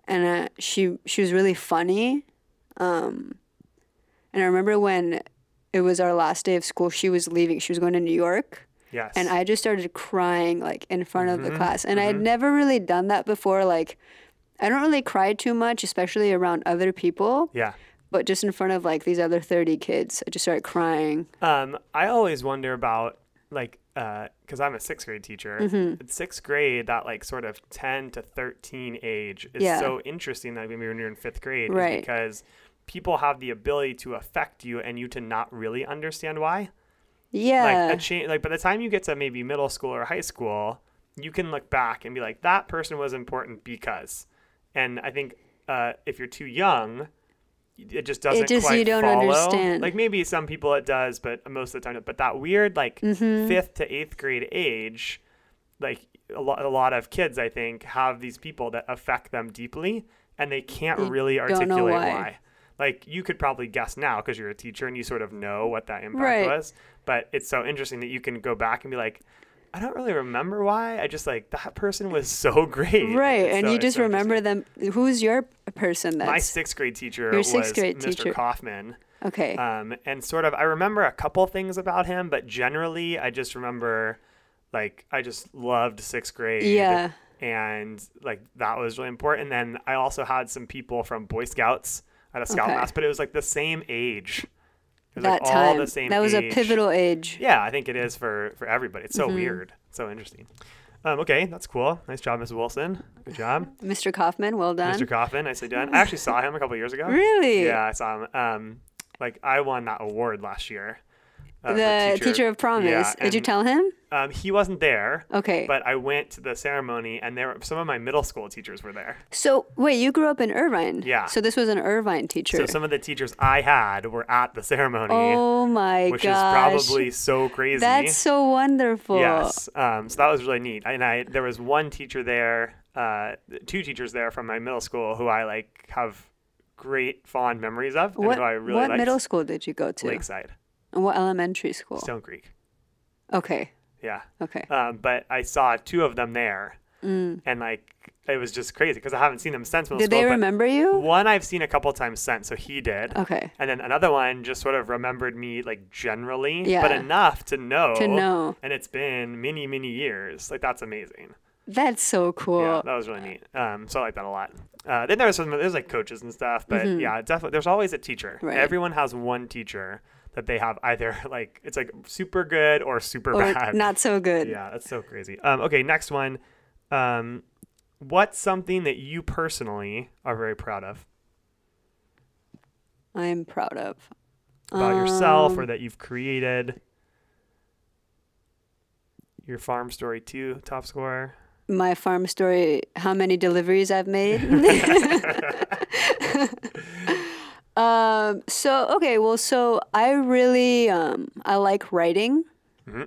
S1: and uh, she she was really funny. Um, and I remember when it was our last day of school, she was leaving. She was going to New York,
S2: Yes.
S1: and I just started crying like in front of the class. And I had never really done that before. Like, I don't really cry too much, especially around other people
S2: yeah.
S1: but just in front of like these other 30 kids i just started crying
S2: Um, I always wonder about like because I'm a sixth grade teacher.
S1: Mm-hmm.
S2: At sixth grade, that like sort of ten to thirteen age is
S1: Yeah.
S2: so interesting that maybe when you're in fifth grade, is
S1: Right.
S2: Because people have the ability to affect you, and you to not really understand why.
S1: yeah
S2: Like a change. Like by the time you get to maybe middle school or high school, you can look back and be like, that person was important because. And I think uh, if you're too young. It just doesn't
S1: just-
S2: quite
S1: you don't
S2: follow.
S1: understand.
S2: Like maybe some people it does, but most of the time, but that weird like
S1: Mm-hmm.
S2: fifth to eighth grade age, like a lot, a lot of kids, I think, have these people that affect them deeply, and they can't really
S1: know
S2: articulate why.
S1: why.
S2: Like you could probably guess now because you're a teacher and you sort of know what that impact
S1: Right.
S2: was, but it's so interesting that you can go back and be like. I don't really remember why. I just like that person was so great.
S1: right
S2: It's
S1: and
S2: so-
S1: you
S2: it's
S1: just
S2: so interesting.
S1: remember them who's your person that's
S2: My sixth grade teacher
S1: Your
S2: was
S1: sixth grade
S2: Mr.
S1: teacher.
S2: Kaufman.
S1: okay
S2: Um, and sort of, I remember a couple things about him, but generally, I just remember, like, I just loved sixth grade.
S1: Yeah.
S2: And, like, that was really important. And then I also had some people from Boy Scouts at a Scout
S1: Okay.
S2: class, but it was like the same age. It was
S1: that
S2: like all
S1: time
S2: the same
S1: that was
S2: age.
S1: a pivotal Mm-hmm. age
S2: Yeah, I think it is for, for everybody. It's so weird. It's so interesting. Um, okay, that's cool. Nice job, Miss Wilson. Good job.
S1: mr kaufman well done
S2: Mr. Coffin, nicely done. I actually saw him a couple years ago.
S1: Really?
S2: Yeah, I saw him. Um, like I won that award last year. uh, for
S1: the teacher, of promise
S2: Yeah,
S1: did you
S2: and,
S1: tell him
S2: Um, he wasn't there.
S1: okay
S2: But I went to the ceremony, and there were, some of my middle school teachers were there.
S1: so wait you grew up in irvine
S2: Yeah.
S1: so this was an irvine teacher
S2: So some of the teachers I had were at the ceremony,
S1: oh my
S2: which
S1: gosh
S2: is probably so crazy.
S1: that's so wonderful
S2: Yes. Um, so that was really neat. And I there was one teacher there, uh, two teachers there from my middle school who I like have great fond memories of,
S1: what,
S2: and who I really
S1: what
S2: liked.
S1: middle school did you go to
S2: Lakeside,
S1: and what elementary school
S2: Stone Creek.
S1: okay
S2: Yeah.
S1: okay
S2: Um, but I saw two of them there, and like it was just crazy because I haven't seen them since
S1: Mm.
S2: middle
S1: did
S2: school.
S1: they
S2: but
S1: remember you Oh.
S2: One I've seen a couple times since, so he did.
S1: okay
S2: And then another one just sort of remembered me like generally, but
S1: Yeah.
S2: enough to know.
S1: To know.
S2: And it's been many, many years. Like that's amazing.
S1: That's so cool.
S2: Yeah, that was really neat. Um, so I like that a lot. Uh, then there's some there's like coaches and stuff, but yeah, definitely there's always a teacher.
S1: Mm-hmm. Right.
S2: Everyone has one teacher that they have either like it's like super good or super
S1: or
S2: bad.
S1: not so good.
S2: yeah, that's so crazy. Um, okay, next one. Um, what's something that you personally are very proud of
S1: I'm proud of. Um,
S2: about yourself or that you've created? Your farm story too, top scorer.
S1: My farm story, how many deliveries I've made. um, so, okay, well, so I really, um, I like writing.
S2: Mm-hmm.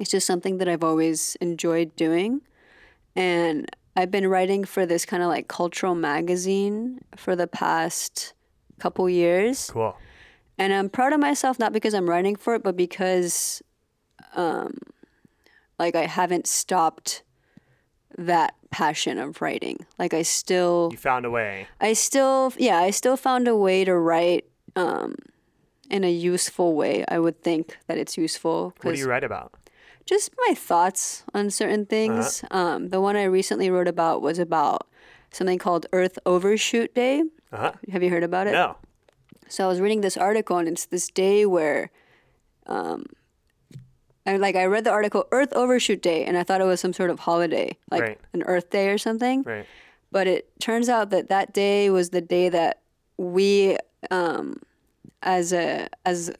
S1: It's just something that I've always enjoyed doing. And I've been writing for this kind of like cultural magazine for the past couple years.
S2: Cool.
S1: and I'm proud of myself not because I'm writing for it, but because, um, like I haven't stopped that passion of writing. Like I still,
S2: You found a way.
S1: I still, yeah, I still found a way to write, um, in a useful way. I would think that it's useful.
S2: What do
S1: 'cause
S2: you write Uh-huh. about?
S1: just my thoughts on certain things. Um, the one I recently wrote about was about something called Earth Overshoot Day.
S2: Uh-huh.
S1: Have you heard about it?
S2: No.
S1: So I was reading this article, and it's this day where, um, I like I read the article Earth Overshoot Day, and I thought it was some sort of holiday, like
S2: Right.
S1: an Earth Day or something.
S2: Right.
S1: But it turns out that that day was the day that we, um, as a as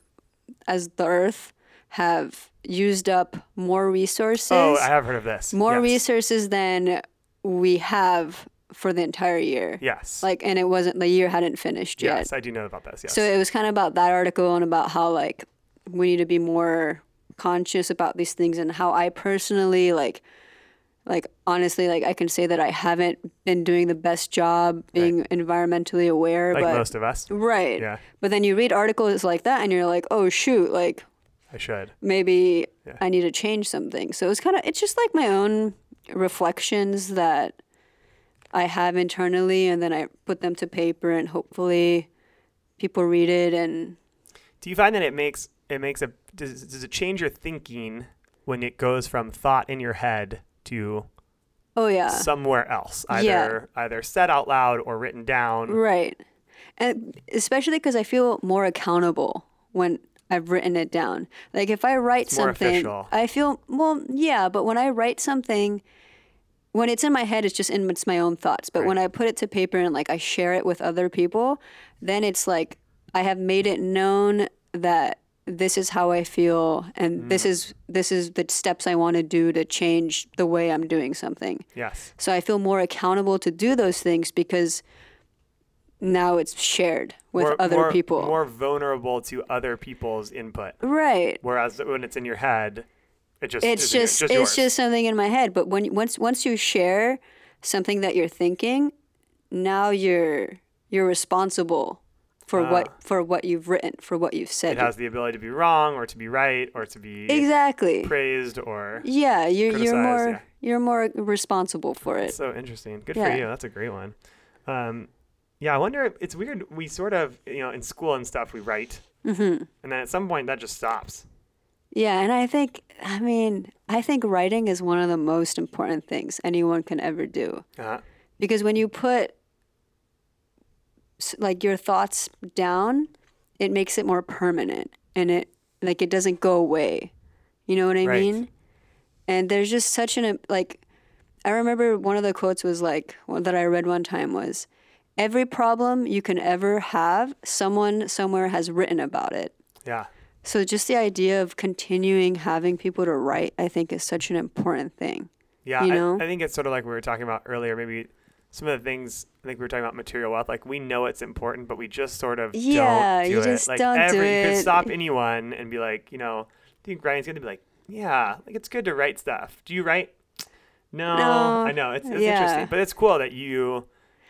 S1: as the Earth, have used up more resources
S2: Oh, I have heard of this.
S1: more
S2: yes.
S1: resources than we have for the entire year.
S2: Yes.
S1: Like, and it wasn't the year hadn't finished yet.
S2: yes, I do know about this. Yes.
S1: So it was kind of about that article and about how like we need to be more conscious about these things and how I personally like like honestly like I can say that I haven't been doing the best job being environmentally aware
S2: like
S1: but
S2: most of us,
S1: right.
S2: Yeah.
S1: But then you read articles like that and you're like, "Oh shoot, like
S2: I should.
S1: maybe
S2: Yeah.
S1: I need to change something." So it's kind of it's just like my own reflections that I have internally and then I put them to paper and hopefully people read it and
S2: Do you find that it makes it makes a does, does it change your thinking when it goes from thought in your head to
S1: Oh yeah,
S2: somewhere else,
S1: yeah.
S2: either either said out loud or written down?
S1: right. And especially because I feel more accountable when I've written it down. Like if I write
S2: more
S1: something,
S2: official.
S1: I feel well, yeah. But when I write something, when it's in my head, it's just in it's my own thoughts. But when I put it to paper and like I share it with other people, then it's like I have made it known that this is how I feel and
S2: Mm.
S1: this is this is the steps I want to do to change the way I'm doing something.
S2: Yes.
S1: So I feel more accountable to do those things because now it's shared with
S2: More-
S1: other
S2: more-
S1: people.
S2: More vulnerable to other people's input,
S1: right.
S2: whereas when it's in your head, it just
S1: It's
S2: in your-
S1: just,
S2: yours.
S1: it's just something in my head. But when once once you share something that you're thinking, now you're you're responsible for what for what you've written, for what you've said.
S2: Ah. it has the ability to be wrong or to be right or to be
S1: exactly.
S2: praised or
S1: yeah, you're you're
S2: criticized,
S1: more
S2: yeah.
S1: you're more responsible for it.
S2: So interesting. Good for
S1: Yeah.
S2: you. That's a great one. Um, yeah, I wonder. It's weird. We sort of, you know, in school and stuff, we write, and then at some point that just stops.
S1: Yeah, and I think I mean I think writing is one of the most important things anyone can ever do.
S2: Uh-huh.
S1: because when you put s- like your thoughts down it makes it more permanent and it like it doesn't go away you know what i
S2: Right.
S1: mean and there's just such an like i remember one of the quotes was like one that i read one time was every problem you can ever have someone somewhere has written about it
S2: Yeah,
S1: so just the idea of continuing having people to write i think is such an important thing
S2: yeah.
S1: You
S2: I,
S1: know?
S2: I think it's sort of like we were talking about earlier. Maybe some of the things I think we were talking about material wealth. Like we know it's important, but we just sort of
S1: Yeah,
S2: don't do
S1: you
S2: it.
S1: just
S2: like
S1: don't do
S2: every, You
S1: it.
S2: could stop anyone and be like, you know, I think Brian's gonna be like, yeah, like it's good to write stuff. Do you write? No,
S1: No,
S2: I know it's, it's
S1: yeah.
S2: interesting, but it's cool that you.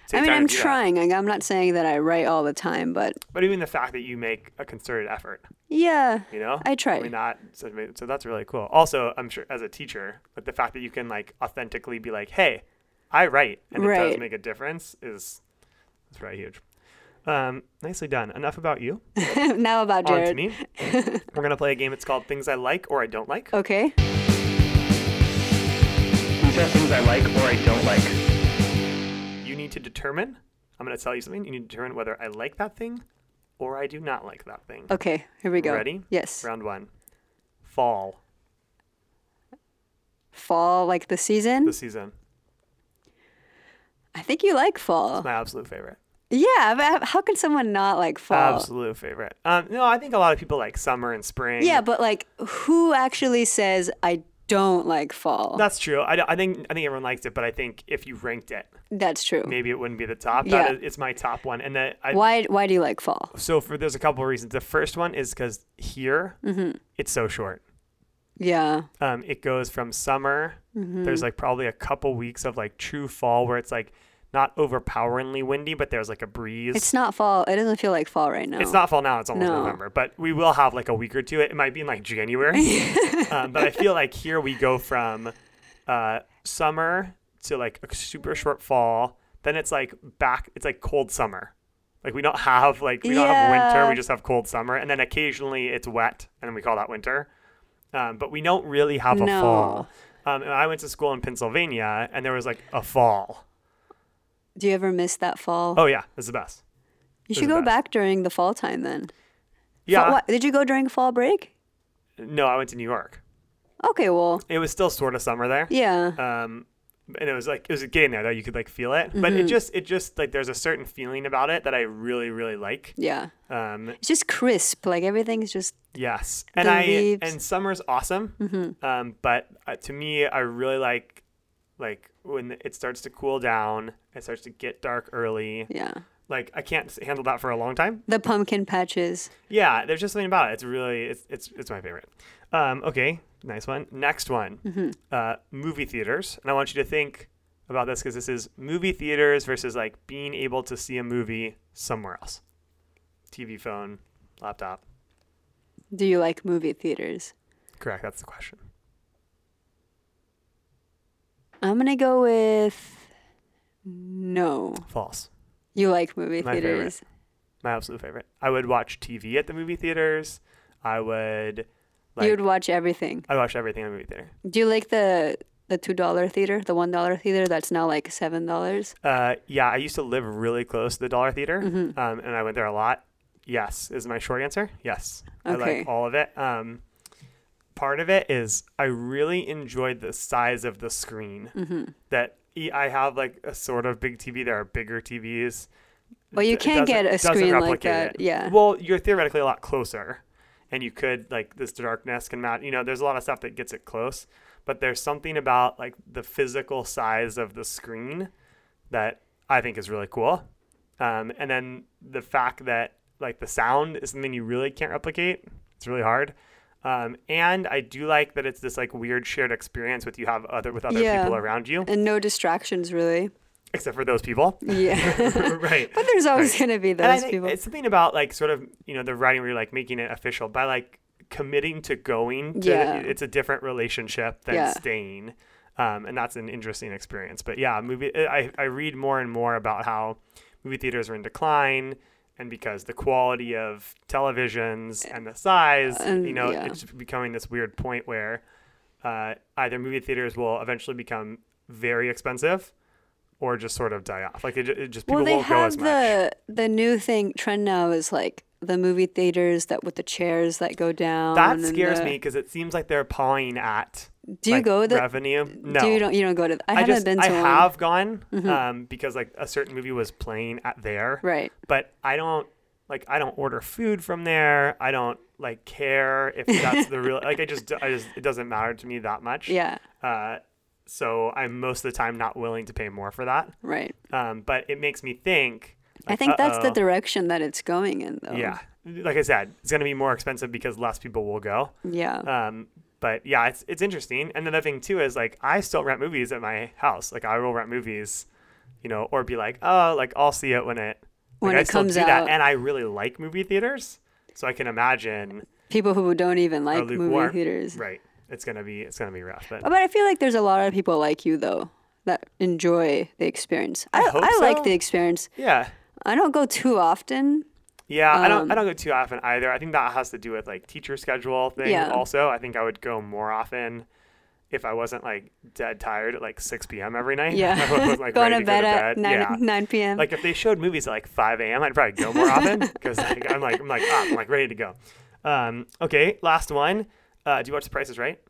S2: take
S1: i mean
S2: time
S1: i'm
S2: to do that.
S1: trying like, i'm not saying that i write all the time but
S2: But even the fact that you make a concerted effort,
S1: Yeah.
S2: you know,
S1: I tried.
S2: mean, not so, ma- so that's really cool. Also, I'm sure as a teacher, but the fact that you can like authentically be like, "Hey, I write," and it does
S1: Right.
S2: make a difference is that's really huge. Um, nicely done. Enough about you.
S1: now about
S2: On
S1: Jared.
S2: to me. We're gonna play a game. It's called Things I Like or I Don't Like.
S1: Okay.
S4: These are things I like or I don't like.
S2: You need to determine. I'm going to tell you something. You need to determine whether I like that thing or I do not like that thing.
S1: Okay, here we go.
S2: Ready?
S1: Yes.
S2: Round one. Fall.
S1: Fall, like the season.
S2: This season.
S1: I think you like fall.
S2: My absolute favorite.
S1: Yeah, but how can someone not like fall?
S2: Absolute favorite. Um, no, I think a lot of people like summer and spring.
S1: Yeah, but like, who actually says I don't like fall?
S2: That's true. I, don't- I think I think everyone likes it, but I think if you ranked it,
S1: That's true.
S2: maybe it wouldn't be the top.
S1: Yeah.
S2: That is, it's my top one, and that I,
S1: Why? Why do you like fall?
S2: so for there's a couple of reasons. The first one is because here
S1: Mm-hmm.
S2: it's so short.
S1: Yeah.
S2: Um, it goes from summer.
S1: Mm-hmm.
S2: There's like probably a couple weeks of like true fall where it's like not overpoweringly windy, but there's like a breeze.
S1: It's not fall. It doesn't feel like fall right now.
S2: It's not fall now. It's almost
S1: No.
S2: November, but we will have like a week or two. It might be in like January, um, but I feel like here we go from uh, summer to like a super short fall. Then it's like back. It's like cold summer. Like we don't have like we don't have winter.
S1: Yeah.
S2: We just have cold summer, and then occasionally it's wet, and we call that winter. Um, but we don't really have a
S1: No.
S2: fall. Um, and I went to school in Pennsylvania, and there was like a fall.
S1: Do you ever miss that fall?
S2: Oh yeah, it's the best.
S1: you
S2: is
S1: should go
S2: bad.
S1: back during the fall time then.
S2: Yeah.
S1: Fall, what, did you go during fall break?
S2: No, I went to New York.
S1: Okay. Well.
S2: It was still sort of summer there.
S1: Yeah.
S2: um and it was like it was getting there though you could like feel it but it just it just like there's a certain feeling about it that i really really like
S1: yeah.
S2: um
S1: It's just crisp. Like everything's just.
S2: yes and
S1: The
S2: i
S1: leaves.
S2: and summer's awesome um but uh, to me i really like like when it starts to cool down it starts to get dark early
S1: Yeah.
S2: like i can't s- handle that for a long time
S1: The pumpkin patches.
S2: yeah there's just something about it it's really it's it's, it's my favorite um okay nice one next one
S1: Mm-hmm.
S2: uh movie theaters and i want you to think about this because this is movie theaters versus like being able to see a movie somewhere else tv phone laptop
S1: Do you like movie theaters?
S2: correct that's the question
S1: I'm gonna go with. No.
S2: false
S1: You like movie
S2: My favorite.
S1: theaters.
S2: my absolute favorite i would watch tv at the movie theaters i would like
S1: you would watch everything.
S2: i watched everything in the movie theater
S1: Do you like the the two dollar theater, the one dollar theater that's now like seven dollars?
S2: Uh, yeah, I used to live really close to the Dollar Theater, um, and I went there a lot. Yes, is my short answer. Yes, I
S1: Okay.
S2: like all of it. Um, part of it is I really enjoyed the size of the screen. That e- I have like a sort of big TV. There are bigger TVs.
S1: Well, you
S2: It
S1: can't
S2: doesn't-
S1: get a
S2: doesn't
S1: screen like
S2: replicate
S1: that.
S2: it.
S1: Yeah.
S2: Well, you're theoretically a lot closer, and you could like this darkness can match. You know, there's a lot of stuff that gets it close, but there's something about like the physical size of the screen that I think is really cool. Um, and then the fact that like the sound is something you really can't replicate. It's really hard. Um, and I do like that it's this like weird shared experience with you have other with other
S1: Yeah.
S2: people around you,
S1: and no distractions really.
S2: except for those people.
S1: Yeah.
S2: right.
S1: but there's always gonna be
S2: And I
S1: those
S2: think
S1: people.
S2: It's something about like sort of you know the writing where you're like making it official by like committing to going. To,
S1: Yeah.
S2: it's a different relationship than
S1: Yeah.
S2: staying, um, and that's an interesting experience. But yeah, movie. uh, I I read more and more about how movie theaters are in decline. And because the quality of televisions and the size,
S1: Uh, And-
S2: you know,
S1: yeah.
S2: it's becoming this weird point where uh, either movie theaters will eventually become very expensive, or just sort of die off. Like it, ju- it just people
S1: Well, they
S2: won't go as
S1: have
S2: much.
S1: the the new thing trend now is like the movie theaters that with the chairs that go down.
S2: That
S1: and
S2: scares
S1: the-
S2: me because it seems like they're pawing at.
S1: Do you
S2: like,
S1: go the-
S2: revenue? No,
S1: Do you don't you don't go to? I,
S2: I
S1: haven't
S2: just
S1: been to
S2: I
S1: one. Mm-hmm.
S2: have gone um, because like a certain movie was playing at there,
S1: Right.
S2: But I don't like I don't order food from there. I don't like care if that's the real like I just I just it doesn't matter to me that much.
S1: Yeah.
S2: Uh, so I'm most of the time not willing to pay more for that.
S1: Right.
S2: Um, but it makes me think.
S1: I
S2: like,
S1: think that's the
S2: uh-oh.
S1: direction that it's going in though.
S2: yeah. Like I said, it's gonna be more expensive because less people will go.
S1: Yeah.
S2: Um, but yeah, it's it's interesting. And another thing too is like I still rent movies at my house. Like I will rent movies, you know, or be like, oh, like I'll see it when it like,
S1: When
S2: I
S1: it
S2: still
S1: comes
S2: do
S1: out.
S2: That. And I really like movie theaters, so I can imagine
S1: People who don't even
S2: are
S1: like movie
S2: lukewarm.
S1: theaters.
S2: Right. It's gonna be it's gonna be rough. But
S1: But I feel like there's a lot of people like you though that enjoy the experience. I, I,
S2: hope
S1: like
S2: so.
S1: the experience.
S2: yeah.
S1: I don't go too often.
S2: Yeah, I
S1: Um,
S2: don't I don't go too often either. I think that has to do with like teacher schedule thing
S1: Yeah.
S2: also. I think I would go more often if I wasn't like dead tired at like 6 p.m. every night.
S1: Yeah.
S2: I wasn't, like,
S1: Going
S2: ready
S1: to bed
S2: go
S1: at 9,
S2: Yeah.
S1: 9 p.m.
S2: Like if they showed movies at like 5 a.m., I'd probably go more often because like, I'm like I'm like up, I'm like ready to go. Um, okay, last one. Uh, do you watch The Prices Right?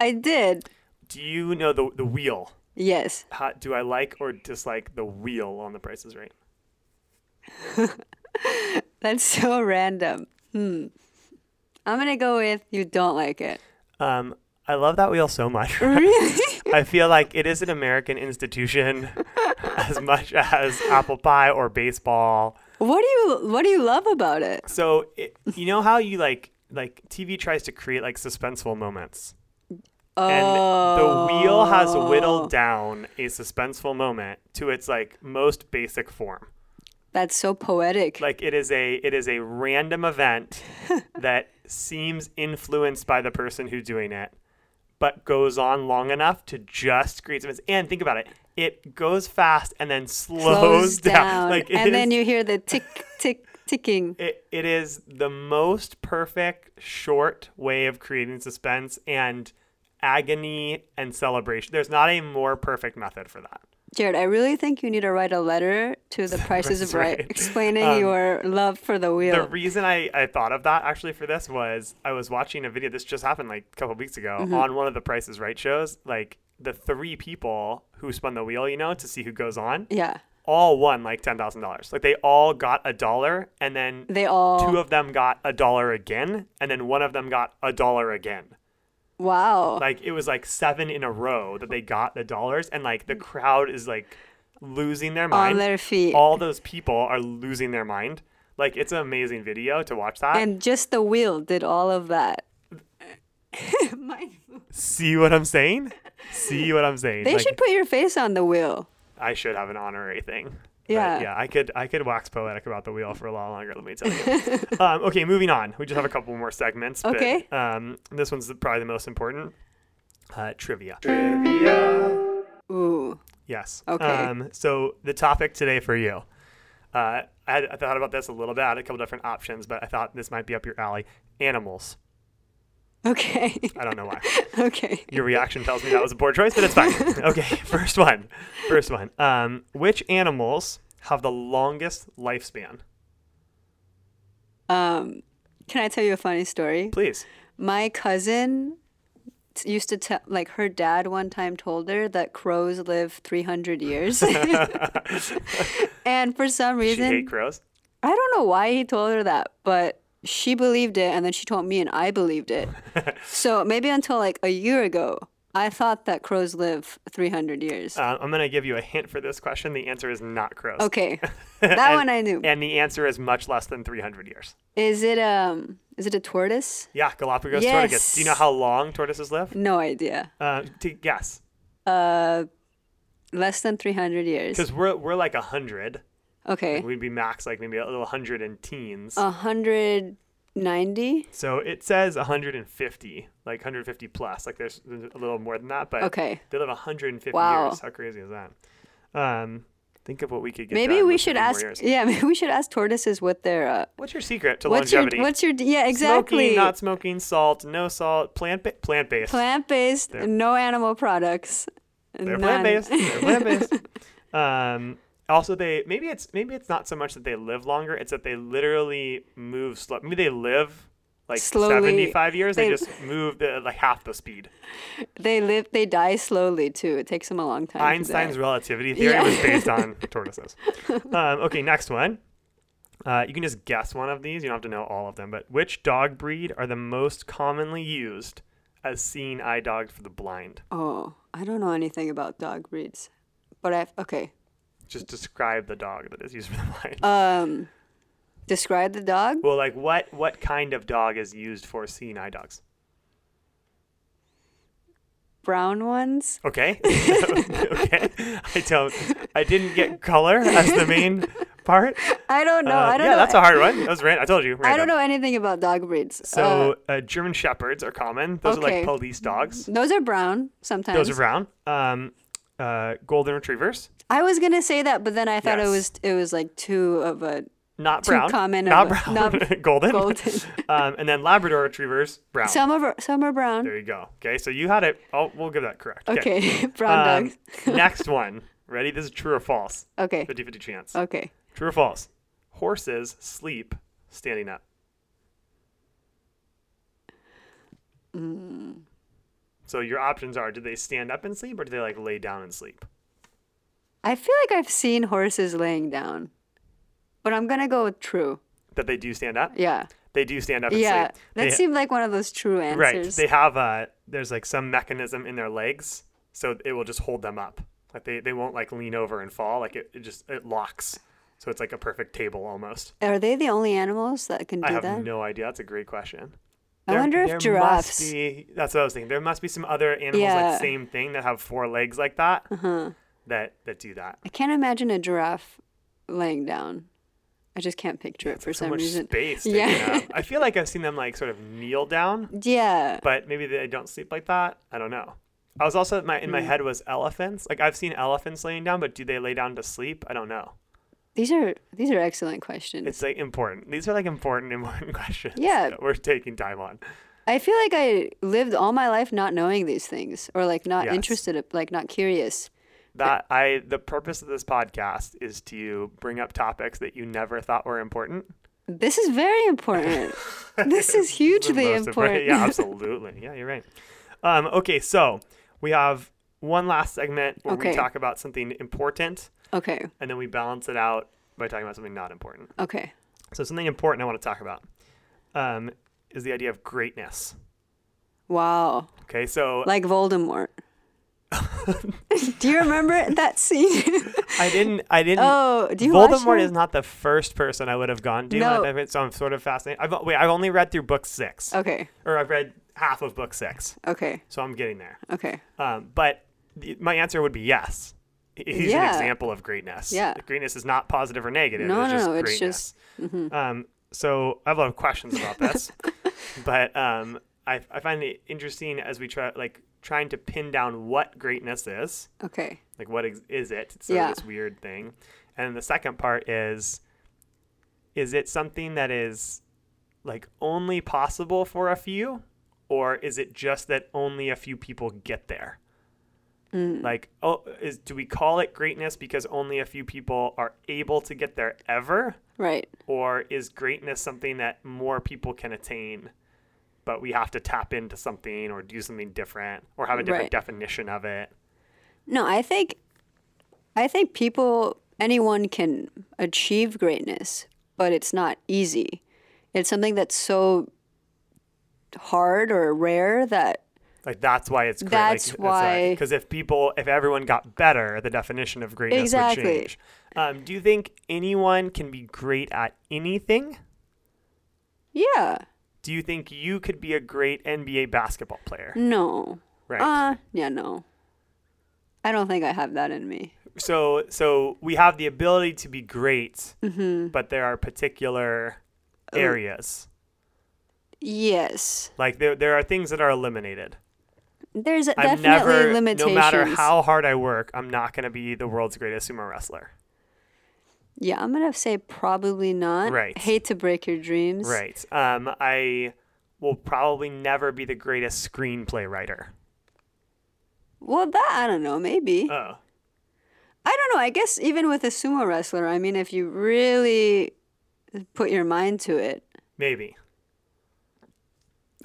S1: I did.
S2: Do you know the the wheel?
S1: Yes.
S2: How, do I like or dislike the wheel on The Prices Right?
S1: That's so random. Hmm. I'm going to go with you don't like it.
S2: Um, I love that wheel so much.
S1: Really?
S2: I feel like it is an American institution as much as apple pie or baseball.
S1: what do you what do you love about it?
S2: So it, you know how you like like TV tries to create like suspenseful moments. And the wheel has
S1: Oh.
S2: whittled down a suspenseful moment to its like most basic form.
S1: That's so poetic.
S2: Like it is a it is a random event that seems influenced by the person who's doing it, but goes on long enough to just create some. And think about it. It goes fast and then slows,
S1: Slows
S2: down. Like it
S1: and then
S2: is-
S1: you hear the tick tick ticking.
S2: it, it is the most perfect short way of creating suspense and agony and celebration. There's not a more perfect method for that.
S1: Jared, I really think you need to write a letter to the Prices
S2: Price is
S1: of Right,
S2: Right.
S1: explaining your love for the wheel.
S2: The reason I, I thought of that actually for this was I was watching a video. This just happened like a couple weeks ago
S1: Mm-hmm.
S2: on one of the Price is Right shows. Like the three people who spun the wheel, you know, to see who goes on,
S1: yeah.
S2: all won like ten thousand dollars. Like they all got a dollar, and then
S1: They all
S2: two of them got a dollar again, and then one of them got a dollar again.
S1: Wow.
S2: like it was like seven in a row that they got the dollars and like the crowd is like losing their mind
S1: on their feet.
S2: all those people are losing their mind like it's an amazing video to watch that
S1: and just the wheel did all of that. Mine-
S2: see what i'm saying see what i'm saying
S1: they
S2: like,
S1: should put your face on the wheel.
S2: i should have an honorary thing But
S1: Yeah.
S2: yeah i could i could wax poetic about the wheel for a lot longer let me tell you um, okay moving on we just have a couple more segments but,
S1: Okay.
S2: um, this one's probably the most important uh, trivia
S1: Ooh.
S2: Yes.
S1: Okay.
S2: Um, so the topic today for you, uh, I, had, I thought about this a little bit. I had a couple different options, but I thought this might be up your alley. Animals.
S1: Okay.
S2: I don't know why.
S1: okay.
S2: Your reaction tells me that was a poor choice, but it's fine. Okay. First one. First one. Um, which animals have the longest lifespan?
S1: Um, can I tell you a funny story?
S2: Please.
S1: My cousin t- used to tell, like, her dad one time told her that crows live 300 years. and for some
S2: She hate
S1: reason,
S2: crows.
S1: I don't know why he told her that, but she believed it. And then she told me, and I believed it. so maybe until like a year ago, I thought that crows live 300 years.
S2: Um, I'm going to give you a hint for this question. The answer is not crows.
S1: okay. That
S2: And-
S1: one I knew.
S2: And the answer is much less than 300 years.
S1: Is it um is it a tortoise?
S2: Yeah, Galapagos tortoise. Do you know
S1: Yes.
S2: how long tortoises live?
S1: No idea.
S2: Uh, to guess.
S1: Less than 300 years.
S2: Because we're we're like a hundred.
S1: Okay.
S2: We'd be max like maybe a little hundred and teens.
S1: Oh. 190?
S2: so it says 150, like 150 plus. Like there's a little more than that, but
S1: Okay.
S2: they live 150
S1: Wow.
S2: years. How crazy is that? Um, think of what we could get.
S1: Maybe
S2: done
S1: we
S2: with
S1: should
S2: 50
S1: ask
S2: more years.
S1: Yeah, maybe we should ask tortoises what their uh
S2: What's your secret to
S1: what's
S2: longevity?
S1: your what's your yeah, exactly.
S2: Smoking, not smoking, salt, no salt, plant ba- plant based.
S1: Plant-based, no animal products.
S2: They're
S1: none.
S2: plant based. They're plant based. um, also, they maybe it's maybe it's not so much that they live longer; it's that they literally move slow. Maybe they live like
S1: Slowly.
S2: seventy five years.
S1: They-
S2: They, just move the, like half the speed.
S1: they live they die slowly too. It takes them a long time. to
S2: Einstein's
S1: die.
S2: relativity theory
S1: Yeah.
S2: was based on tortoises. Um, okay, next one. Uh, you can just guess one of these. You don't have to know all of them. But which dog breed are the most commonly used as seeing eye dogs for the blind?
S1: Oh, I don't know anything about dog breeds. But I've okay.
S2: Just describe the dog that is used for the blind.
S1: Um describe the dog.
S2: Well, like what what kind of dog is used for seeing eye dogs?
S1: Brown ones.
S2: Okay. okay. I don't. I didn't get color as the main part.
S1: I don't know.
S2: Uh,
S1: I don't
S2: yeah,
S1: know.
S2: that's a hard one. That was ran- I told you.
S1: I don't
S2: random.
S1: know anything about dog breeds. Uh,
S2: So uh, German shepherds are common. Those are like
S1: okay.
S2: police dogs.
S1: those are brown sometimes.
S2: Those are brown. Um, uh, golden retrievers.
S1: I was gonna say that, but then I thought
S2: Yes.
S1: it was it was like two of a
S2: not
S1: Too
S2: brown,
S1: common
S2: not
S1: of a-
S2: brown,
S1: not
S2: golden,
S1: golden.
S2: um, and then Labrador retrievers, brown.
S1: Some of our, some are brown.
S2: there you go. Okay, so you had it. Oh, we'll give that correct.
S1: Okay, brown
S2: Um,
S1: dogs.
S2: next one. Ready? This is true or false.
S1: Okay,
S2: 50 50 chance.
S1: okay.
S2: True or false? Horses sleep standing up.
S1: Mm.
S2: So your options are: Do they stand up and sleep, or do they like lay down and sleep?
S1: I feel like I've seen horses laying down, but I'm gonna go with true.
S2: That they do stand up.
S1: Yeah,
S2: They do stand up and
S1: yeah.
S2: sleep.
S1: That
S2: They-
S1: seemed like one of those true
S2: right.
S1: answers.
S2: They have a there's like some mechanism in their legs, so it will just hold them up. Like they, they won't like lean over and fall. Like it, it just it locks. So it's like a perfect table almost.
S1: Are they the only animals that can do
S2: I have
S1: that?
S2: no idea. That's a great question.
S1: I wonder if
S2: must
S1: giraffes-
S2: be- that's what I was thinking. There must be some other animals
S1: Yeah. Uh-huh.
S2: like same thing that have four legs like that that that do that.
S1: I can't imagine a giraffe laying down. I just can't picture it for
S2: so
S1: some
S2: much
S1: reason.
S2: space.
S1: Yeah.
S2: Yeah. I feel like I've seen them like sort of kneel down,
S1: Yeah.
S2: but maybe they don't sleep like that. I don't know. I was also my in my
S1: Mm.
S2: head was elephants. Like I've seen elephants laying down, but do they lay down to sleep? I don't know.
S1: These are these are excellent questions.
S2: It's like important. These are like important important questions.
S1: Yeah.
S2: that we're taking time on.
S1: I feel like I lived all my life not knowing these things or like not
S2: Yes.
S1: interested like not curious.
S2: That I the purpose of this podcast is to bring up topics that you never thought were important.
S1: This is very important. this is hugely
S2: most of- right,
S1: important.
S2: Yeah, absolutely. Yeah, you're right. Um, okay, so we have one last segment where
S1: Okay.
S2: we talk about something important
S1: okay.
S2: and then we balance it out by talking about something not important.
S1: Okay.
S2: So, something important I want to talk about um, is the idea of greatness.
S1: Wow.
S2: Okay, so
S1: Like Voldemort. do you remember that scene?
S2: I didn't, I didn't.
S1: oh, do you
S2: Voldemort
S1: watch
S2: is not the first person I would have gone to,
S1: No.
S2: and I've- so I'm sort of fascinated. I've, wait, I've only read through book six,
S1: Okay.
S2: or I've read half of book six,
S1: Okay.
S2: so I'm getting there.
S1: Okay.
S2: Um, but the, my answer would be yes. He's
S1: Yeah.
S2: an example of greatness.
S1: Yeah.
S2: Greatness is not positive or negative.
S1: No,
S2: it's
S1: no,
S2: just
S1: no, it's mm-hmm.
S2: greatness. Um, so I have a lot of questions about this, but um, I, I find it interesting as we try, like, trying to pin down what greatness is.
S1: Okay.
S2: Like, what ex- is it? It's sort
S1: Yeah.
S2: of this weird thing. And the second part is, is it something that is, like, only possible for a few, or is it just that only a few people get there?
S1: Mm.
S2: Like, oh, is do we call it greatness because only a few people are able to get there ever,
S1: Right.
S2: or is greatness something that more people can attain, but we have to tap into something or do something different or have a different
S1: Right.
S2: definition of it?
S1: No, I think I think people anyone can achieve greatness, but it's not easy. It's something that's so hard or rare that
S2: Like that's why it's great.
S1: That's why-
S2: Because if people, if everyone got better, the definition of greatness
S1: Exactly.
S2: would change. Um, do you think anyone can be great at anything?
S1: yeah,
S2: Do you think you could be a great NBA basketball player?
S1: no.
S2: Right.
S1: Mm, Uh yeah, no. I don't think I have that in me.
S2: so so we have the ability to be great,
S1: Mm-hmm.
S2: but there are particular
S1: Oh.
S2: areas.
S1: Yes.
S2: Like there there are things that are eliminated.
S1: There's
S2: I'm
S1: definitely
S2: never
S1: limitations.
S2: no matter how hard I work, I'm not going to be the world's greatest sumo wrestler.
S1: Yeah, I'm gonna say probably not.
S2: Right.
S1: Hate to break your dreams.
S2: Right. Um, I will probably never be the greatest screenplay writer.
S1: Well that I don't know, maybe.
S2: Oh.
S1: I don't know. I guess even with a sumo wrestler, I mean, if you really put your mind to it,
S2: Maybe.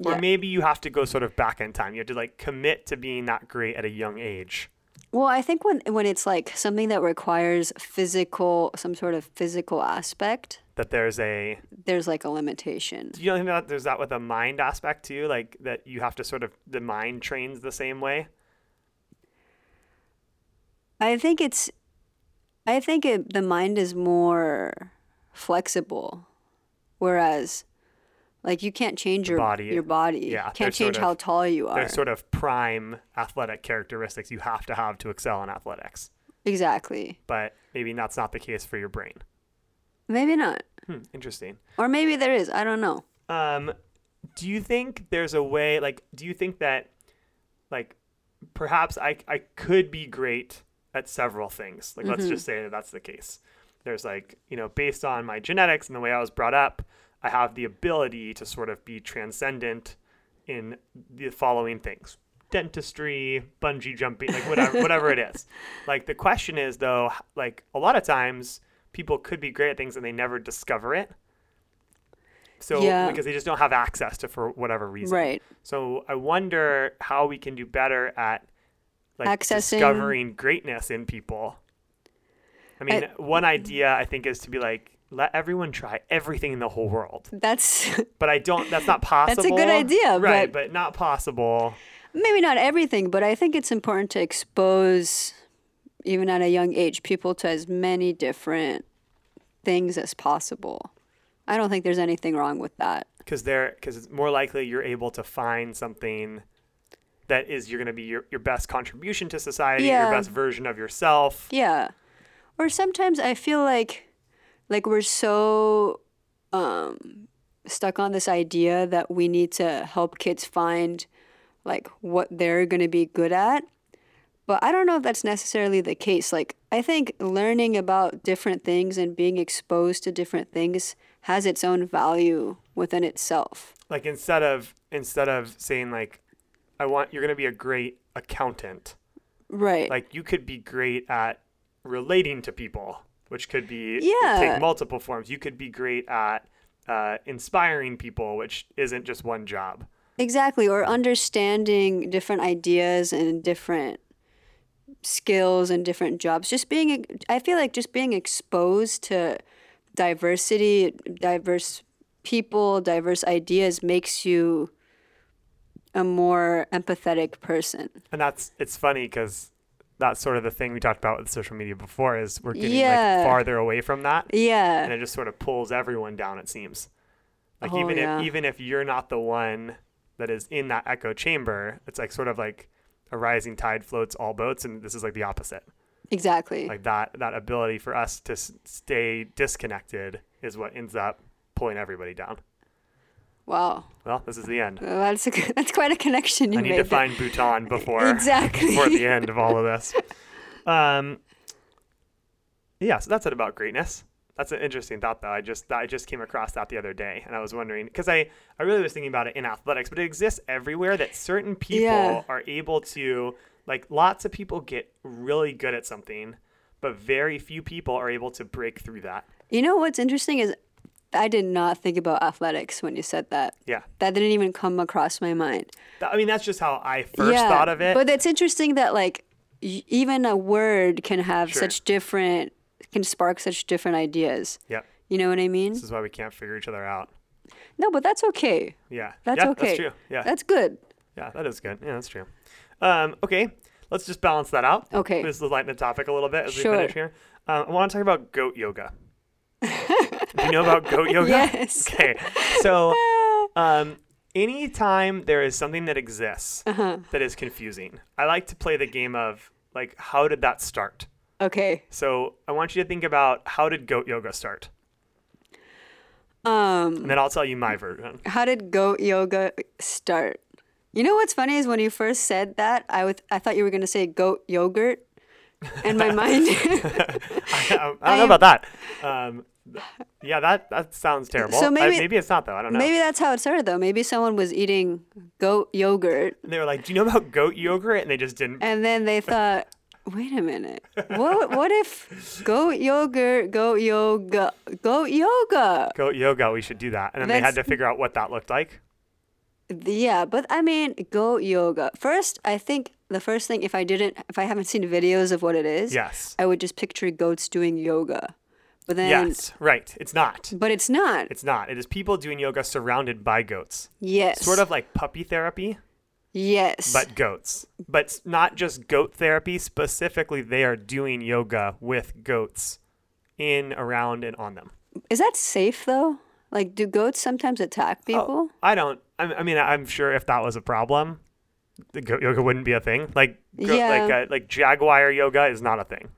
S1: Yeah.
S2: Or maybe you have to go sort of back in time. You have to like commit to being that great at a young age.
S1: well, I think when when it's like something that requires physical, some sort of physical aspect,
S2: That there's a
S1: there's like a limitation.
S2: you know that there's that with a mind aspect too, like that you have to sort of the mind trains the same way.
S1: I think it's, I think it, the mind is more flexible, whereas, like you can't change your
S2: body.
S1: your body.
S2: Yeah,
S1: you
S2: they're
S1: can't
S2: sort
S1: change how
S2: of-
S1: tall you are.
S2: There's sort of prime athletic characteristics you have to have to excel in athletics.
S1: exactly.
S2: But maybe that's not the case for your brain.
S1: Maybe not,
S2: Hmm, interesting.
S1: or maybe there is. I don't know.
S2: um do you think there's a way like do you think that like perhaps i i could be great at several things like let's just say that that's the case There's like, you know, based on my genetics and the way I was brought up, I have the ability to sort of be transcendent in the following things dentistry, bungee jumping, like whatever, whatever it is. Like the question is though, h- like a lot of times people could be great at things and they never discover it. So
S1: Yeah.
S2: because they just don't have access to for whatever reason.
S1: Right.
S2: So I wonder how we can do better at like
S1: Accessing-
S2: discovering greatness in people. I mean, one idea I think is to be like let everyone try everything in the whole world.
S1: That's
S2: But I don't that's not
S1: a
S2: possible.
S1: good idea,
S2: Right,
S1: but-
S2: but not possible.
S1: maybe not everything, but I think it's important to expose, even at a young age, people to as many different things as possible. I don't think there's anything wrong with that.
S2: because they're because it's more likely you're able to find something that is you're going to be your, your best contribution to society
S1: Yeah.
S2: your best version of yourself
S1: Yeah. Or sometimes I feel like like we're so um stuck on this idea that we need to help kids find like what they're going to be good at. But I don't know if that's necessarily the case. Like I think learning about different things and being exposed to different things has its own value within itself.
S2: like instead of instead of saying like i want you're going to be a great accountant
S1: Right.
S2: like you could be great at relating to people which could be
S1: Yeah.
S2: take multiple forms you could be great at uh, inspiring people which isn't just one job
S1: Exactly, or understanding different ideas and different skills and different jobs. Just being, I feel like just being exposed to diversity, diverse people, diverse ideas makes you a more empathetic person.
S2: And that's it's funny because that's sort of the thing we talked about with social media before is we're getting
S1: Yeah.
S2: like farther away from that, and
S1: Yeah,
S2: it just sort of pulls everyone down. It seems like
S1: Oh,
S2: even
S1: yeah.
S2: if even if you're not the one that is in that echo chamber, it's like sort of like a rising tide floats all boats, and this is like the opposite.
S1: exactly.
S2: Like that that ability for us to s- stay disconnected is what ends up pulling everybody down.
S1: wow,
S2: Well, this is the end.
S1: Well, that's a, good- that's quite a connection you
S2: I need
S1: made.
S2: to
S1: there.
S2: find Bhutan before
S1: Exactly.
S2: before the end of all of this. Um, yeah, so that's it about greatness. That's an interesting thought, though. I just I just came across that the other day, and I was wondering because I I really was thinking about it in athletics, but it exists everywhere that certain people
S1: Yeah.
S2: are able to like lots of people get really good at something, but very few people are able to break through that.
S1: You know what's interesting is I did not think about athletics when you said that.
S2: Yeah,
S1: That didn't even come across my mind.
S2: Th- I mean that's just how I first thought of it.
S1: But it's interesting that like y- even a word can have
S2: Sure.
S1: such different can spark such different ideas.
S2: yep,
S1: You know what I mean?
S2: this is why we can't figure each other out.
S1: No, but that's okay.
S2: Yeah,
S1: That's
S2: yeah,
S1: okay.
S2: That's true. Yeah,
S1: That's good.
S2: Yeah, that is good. Yeah, that's true. Um, okay, let's just balance that out.
S1: Okay.
S2: Let's lighten the topic a little bit as
S1: Sure.
S2: we finish here. Um, I want to talk about goat yoga. Do you know about goat yoga?
S1: Yes.
S2: Okay. So,
S1: Ah.
S2: um, anytime there is something that exists
S1: Uh-huh.
S2: that is confusing, I like to play the game of like, how did that start?
S1: Okay.
S2: So, I want you to think about how did goat yoga start?
S1: Um
S2: And then I'll tell you
S1: Mm.
S2: my version.
S1: how did goat yoga start? You know what's funny is when you first said that, I was I thought you were going to say goat yogurt. And my mind
S2: I don't know about that. Um, th- yeah, that, that sounds terrible.
S1: So
S2: I-
S1: maybe-
S2: maybe it's not, though. I don't know.
S1: Maybe that's how it started though. Maybe someone was eating goat yogurt
S2: And they were like, "Do you know about goat yogurt?" And they just didn't.
S1: And then they thought, wait a minute, what? What if goat yogurt, goat yoga, goat yoga?
S2: Goat yoga. We should do that. And then they had
S1: That's-
S2: to figure out what that looked like.
S1: Yeah, but I mean, goat yoga. First, I think the first thing, if I didn't, if I haven't seen videos of what it is,
S2: Yes.
S1: I would just picture goats doing yoga. But then,
S2: yes. Right. It's not.
S1: but it's not.
S2: It's not. It is people doing yoga surrounded by goats.
S1: yes,
S2: Sort of like puppy therapy,
S1: Yes,
S2: but goats. But s- not just goat therapy. Specifically, they are doing yoga with goats in, around, and on them.
S1: is that safe though? Like, do goats sometimes
S2: Oh.
S1: attack people?
S2: I don't. I, I mean, I'm sure if that was a problem, the goat yoga wouldn't be a thing. Like, go,
S1: Yeah.
S2: like, uh, like jaguar yoga is not a thing.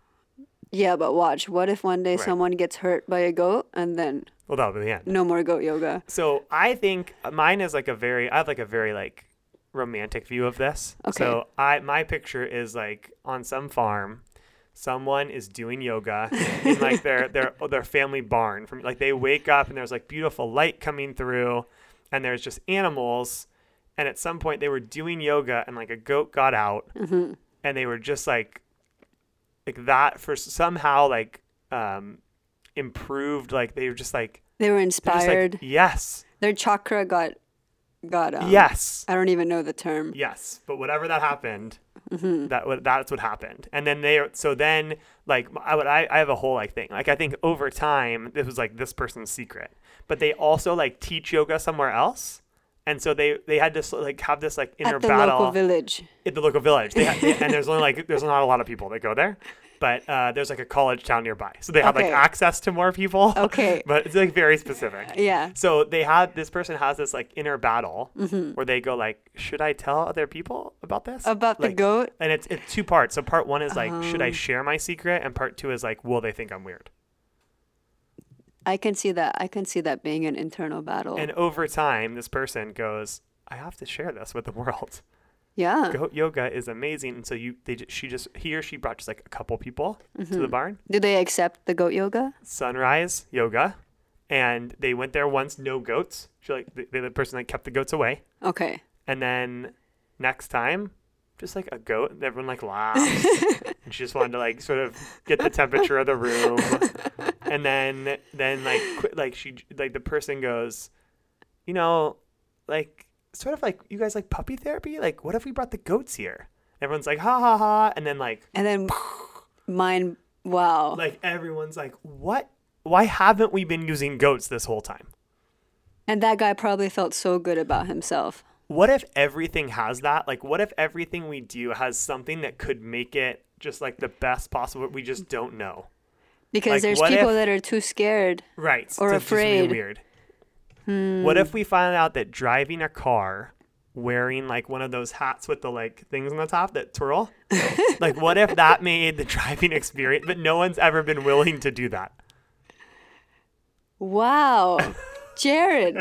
S1: Yeah, but watch. What if one day someone gets hurt by a goat and then
S2: Well, that would be the end.
S1: no more goat yoga?
S2: So I think uh, mine is like a very I have like a very like romantic view of this.
S1: Okay.
S2: So I my picture is like on some farm, someone is doing yoga in like their their their family barn. From like they wake up and there's like beautiful light coming through, and there's just animals. And at some point they were doing yoga and like a goat got out, and they were just like like that for somehow like um improved like they were just like
S1: They were
S2: they're just like,
S1: inspired.
S2: yes
S1: Their chakra got got um,
S2: yes
S1: I don't even know the term.
S2: Yes, but whatever that happened,
S1: Mm-hmm.
S2: that what that's what happened, and then they so then like I would I, I have a whole like thing like I think over time this was like this person's secret, but they also like teach yoga somewhere else, and so they they had this like have this like inner
S1: At the
S2: battle
S1: local village.
S2: at the local village. They had, and there's only like there's not a lot of people that go there, but uh, there's like a college town nearby, so they have
S1: Okay.
S2: like access to more people.
S1: Okay.
S2: but it's like very specific.
S1: Yeah. Mm-hmm.
S2: So they had this person has this like inner battle where they go like, should I tell other people about this?
S1: About the
S2: Like-
S1: goat? Oh.
S2: And it's it's two parts. So part one is like, should I share my secret? And part two is like, will they think I'm weird?
S1: I can see that. I can see that being an internal battle.
S2: And over time, this person goes, I have to share this with the world.
S1: yeah.
S2: goat yoga is amazing. And so you, they, ju- she just he or she brought just like a couple people to
S1: Mm-hmm.
S2: the barn.
S1: Do they accept the goat yoga?
S2: Sunrise yoga, and they went there once. No goats. She like the, the person that kept the goats away.
S1: Okay.
S2: And then next time, just like a goat, and everyone like laughs. and she just wanted to like sort of get the temperature of the room. And then then like qu- like she like the person goes, you know, like sort of like you guys like puppy therapy. Like what if we brought the goats here? Everyone's like ha ha ha, and then like
S1: And then mine. Wow.
S2: like everyone's like what? Why haven't we been using goats this whole time?
S1: and that guy probably felt so good about himself.
S2: what if everything has that? Like, what if everything we do has something that could make it just like the best possible? We just don't know.
S1: Because
S2: Like,
S1: there's
S2: what
S1: people
S2: if-
S1: that are too scared.
S2: Right.
S1: Or
S2: to just be
S1: afraid. Hmm.
S2: weird. What if we find out that driving a car wearing like one of those hats with the like things on the top that twirl? like, what if that made the driving experience, but no one's ever been willing to do that?
S1: Wow. Jared.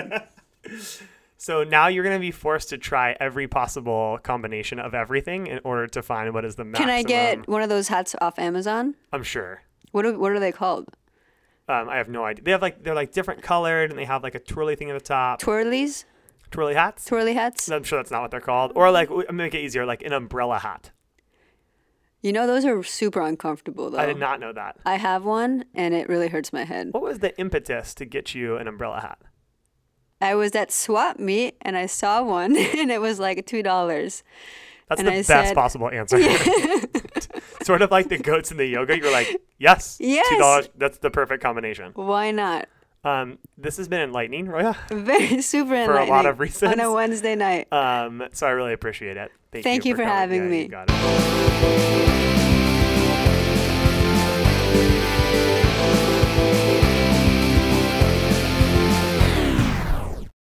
S2: So now you're going to be forced to try every possible combination of everything in order to find what is the maximum.
S1: Can I get one of those hats off Amazon?
S2: I'm sure.
S1: What are, what are they called?
S2: Um, I have no idea. They have like they're like different colored, and they have like a twirly thing at the top,
S1: Twirlies?
S2: twirly hats.
S1: Twirly hats?
S2: I'm sure that's not what they're called. Or like w- make it easier, like an umbrella hat.
S1: You know, those are super uncomfortable, though.
S2: I did not know that.
S1: I have one, and it really hurts my head.
S2: What was the impetus to get you an umbrella hat?
S1: I was at swap meet, and I saw one, and it was like two dollars.
S2: That's
S1: And
S2: the
S1: I
S2: best
S1: said-
S2: possible answer. sort of like the goats in the yoga. You're like, yes,
S1: Yes.
S2: two dollars. That's the perfect combination.
S1: Why not?
S2: Um, this has been enlightening, Roya.
S1: Very super
S2: For a
S1: enlightening.
S2: lot of
S1: On
S2: reasons.
S1: a Wednesday night.
S2: Um, so I really appreciate it. Thank,
S1: Thank
S2: you,
S1: you for
S2: coming.
S1: having
S2: Yeah,
S1: me.
S2: You got it.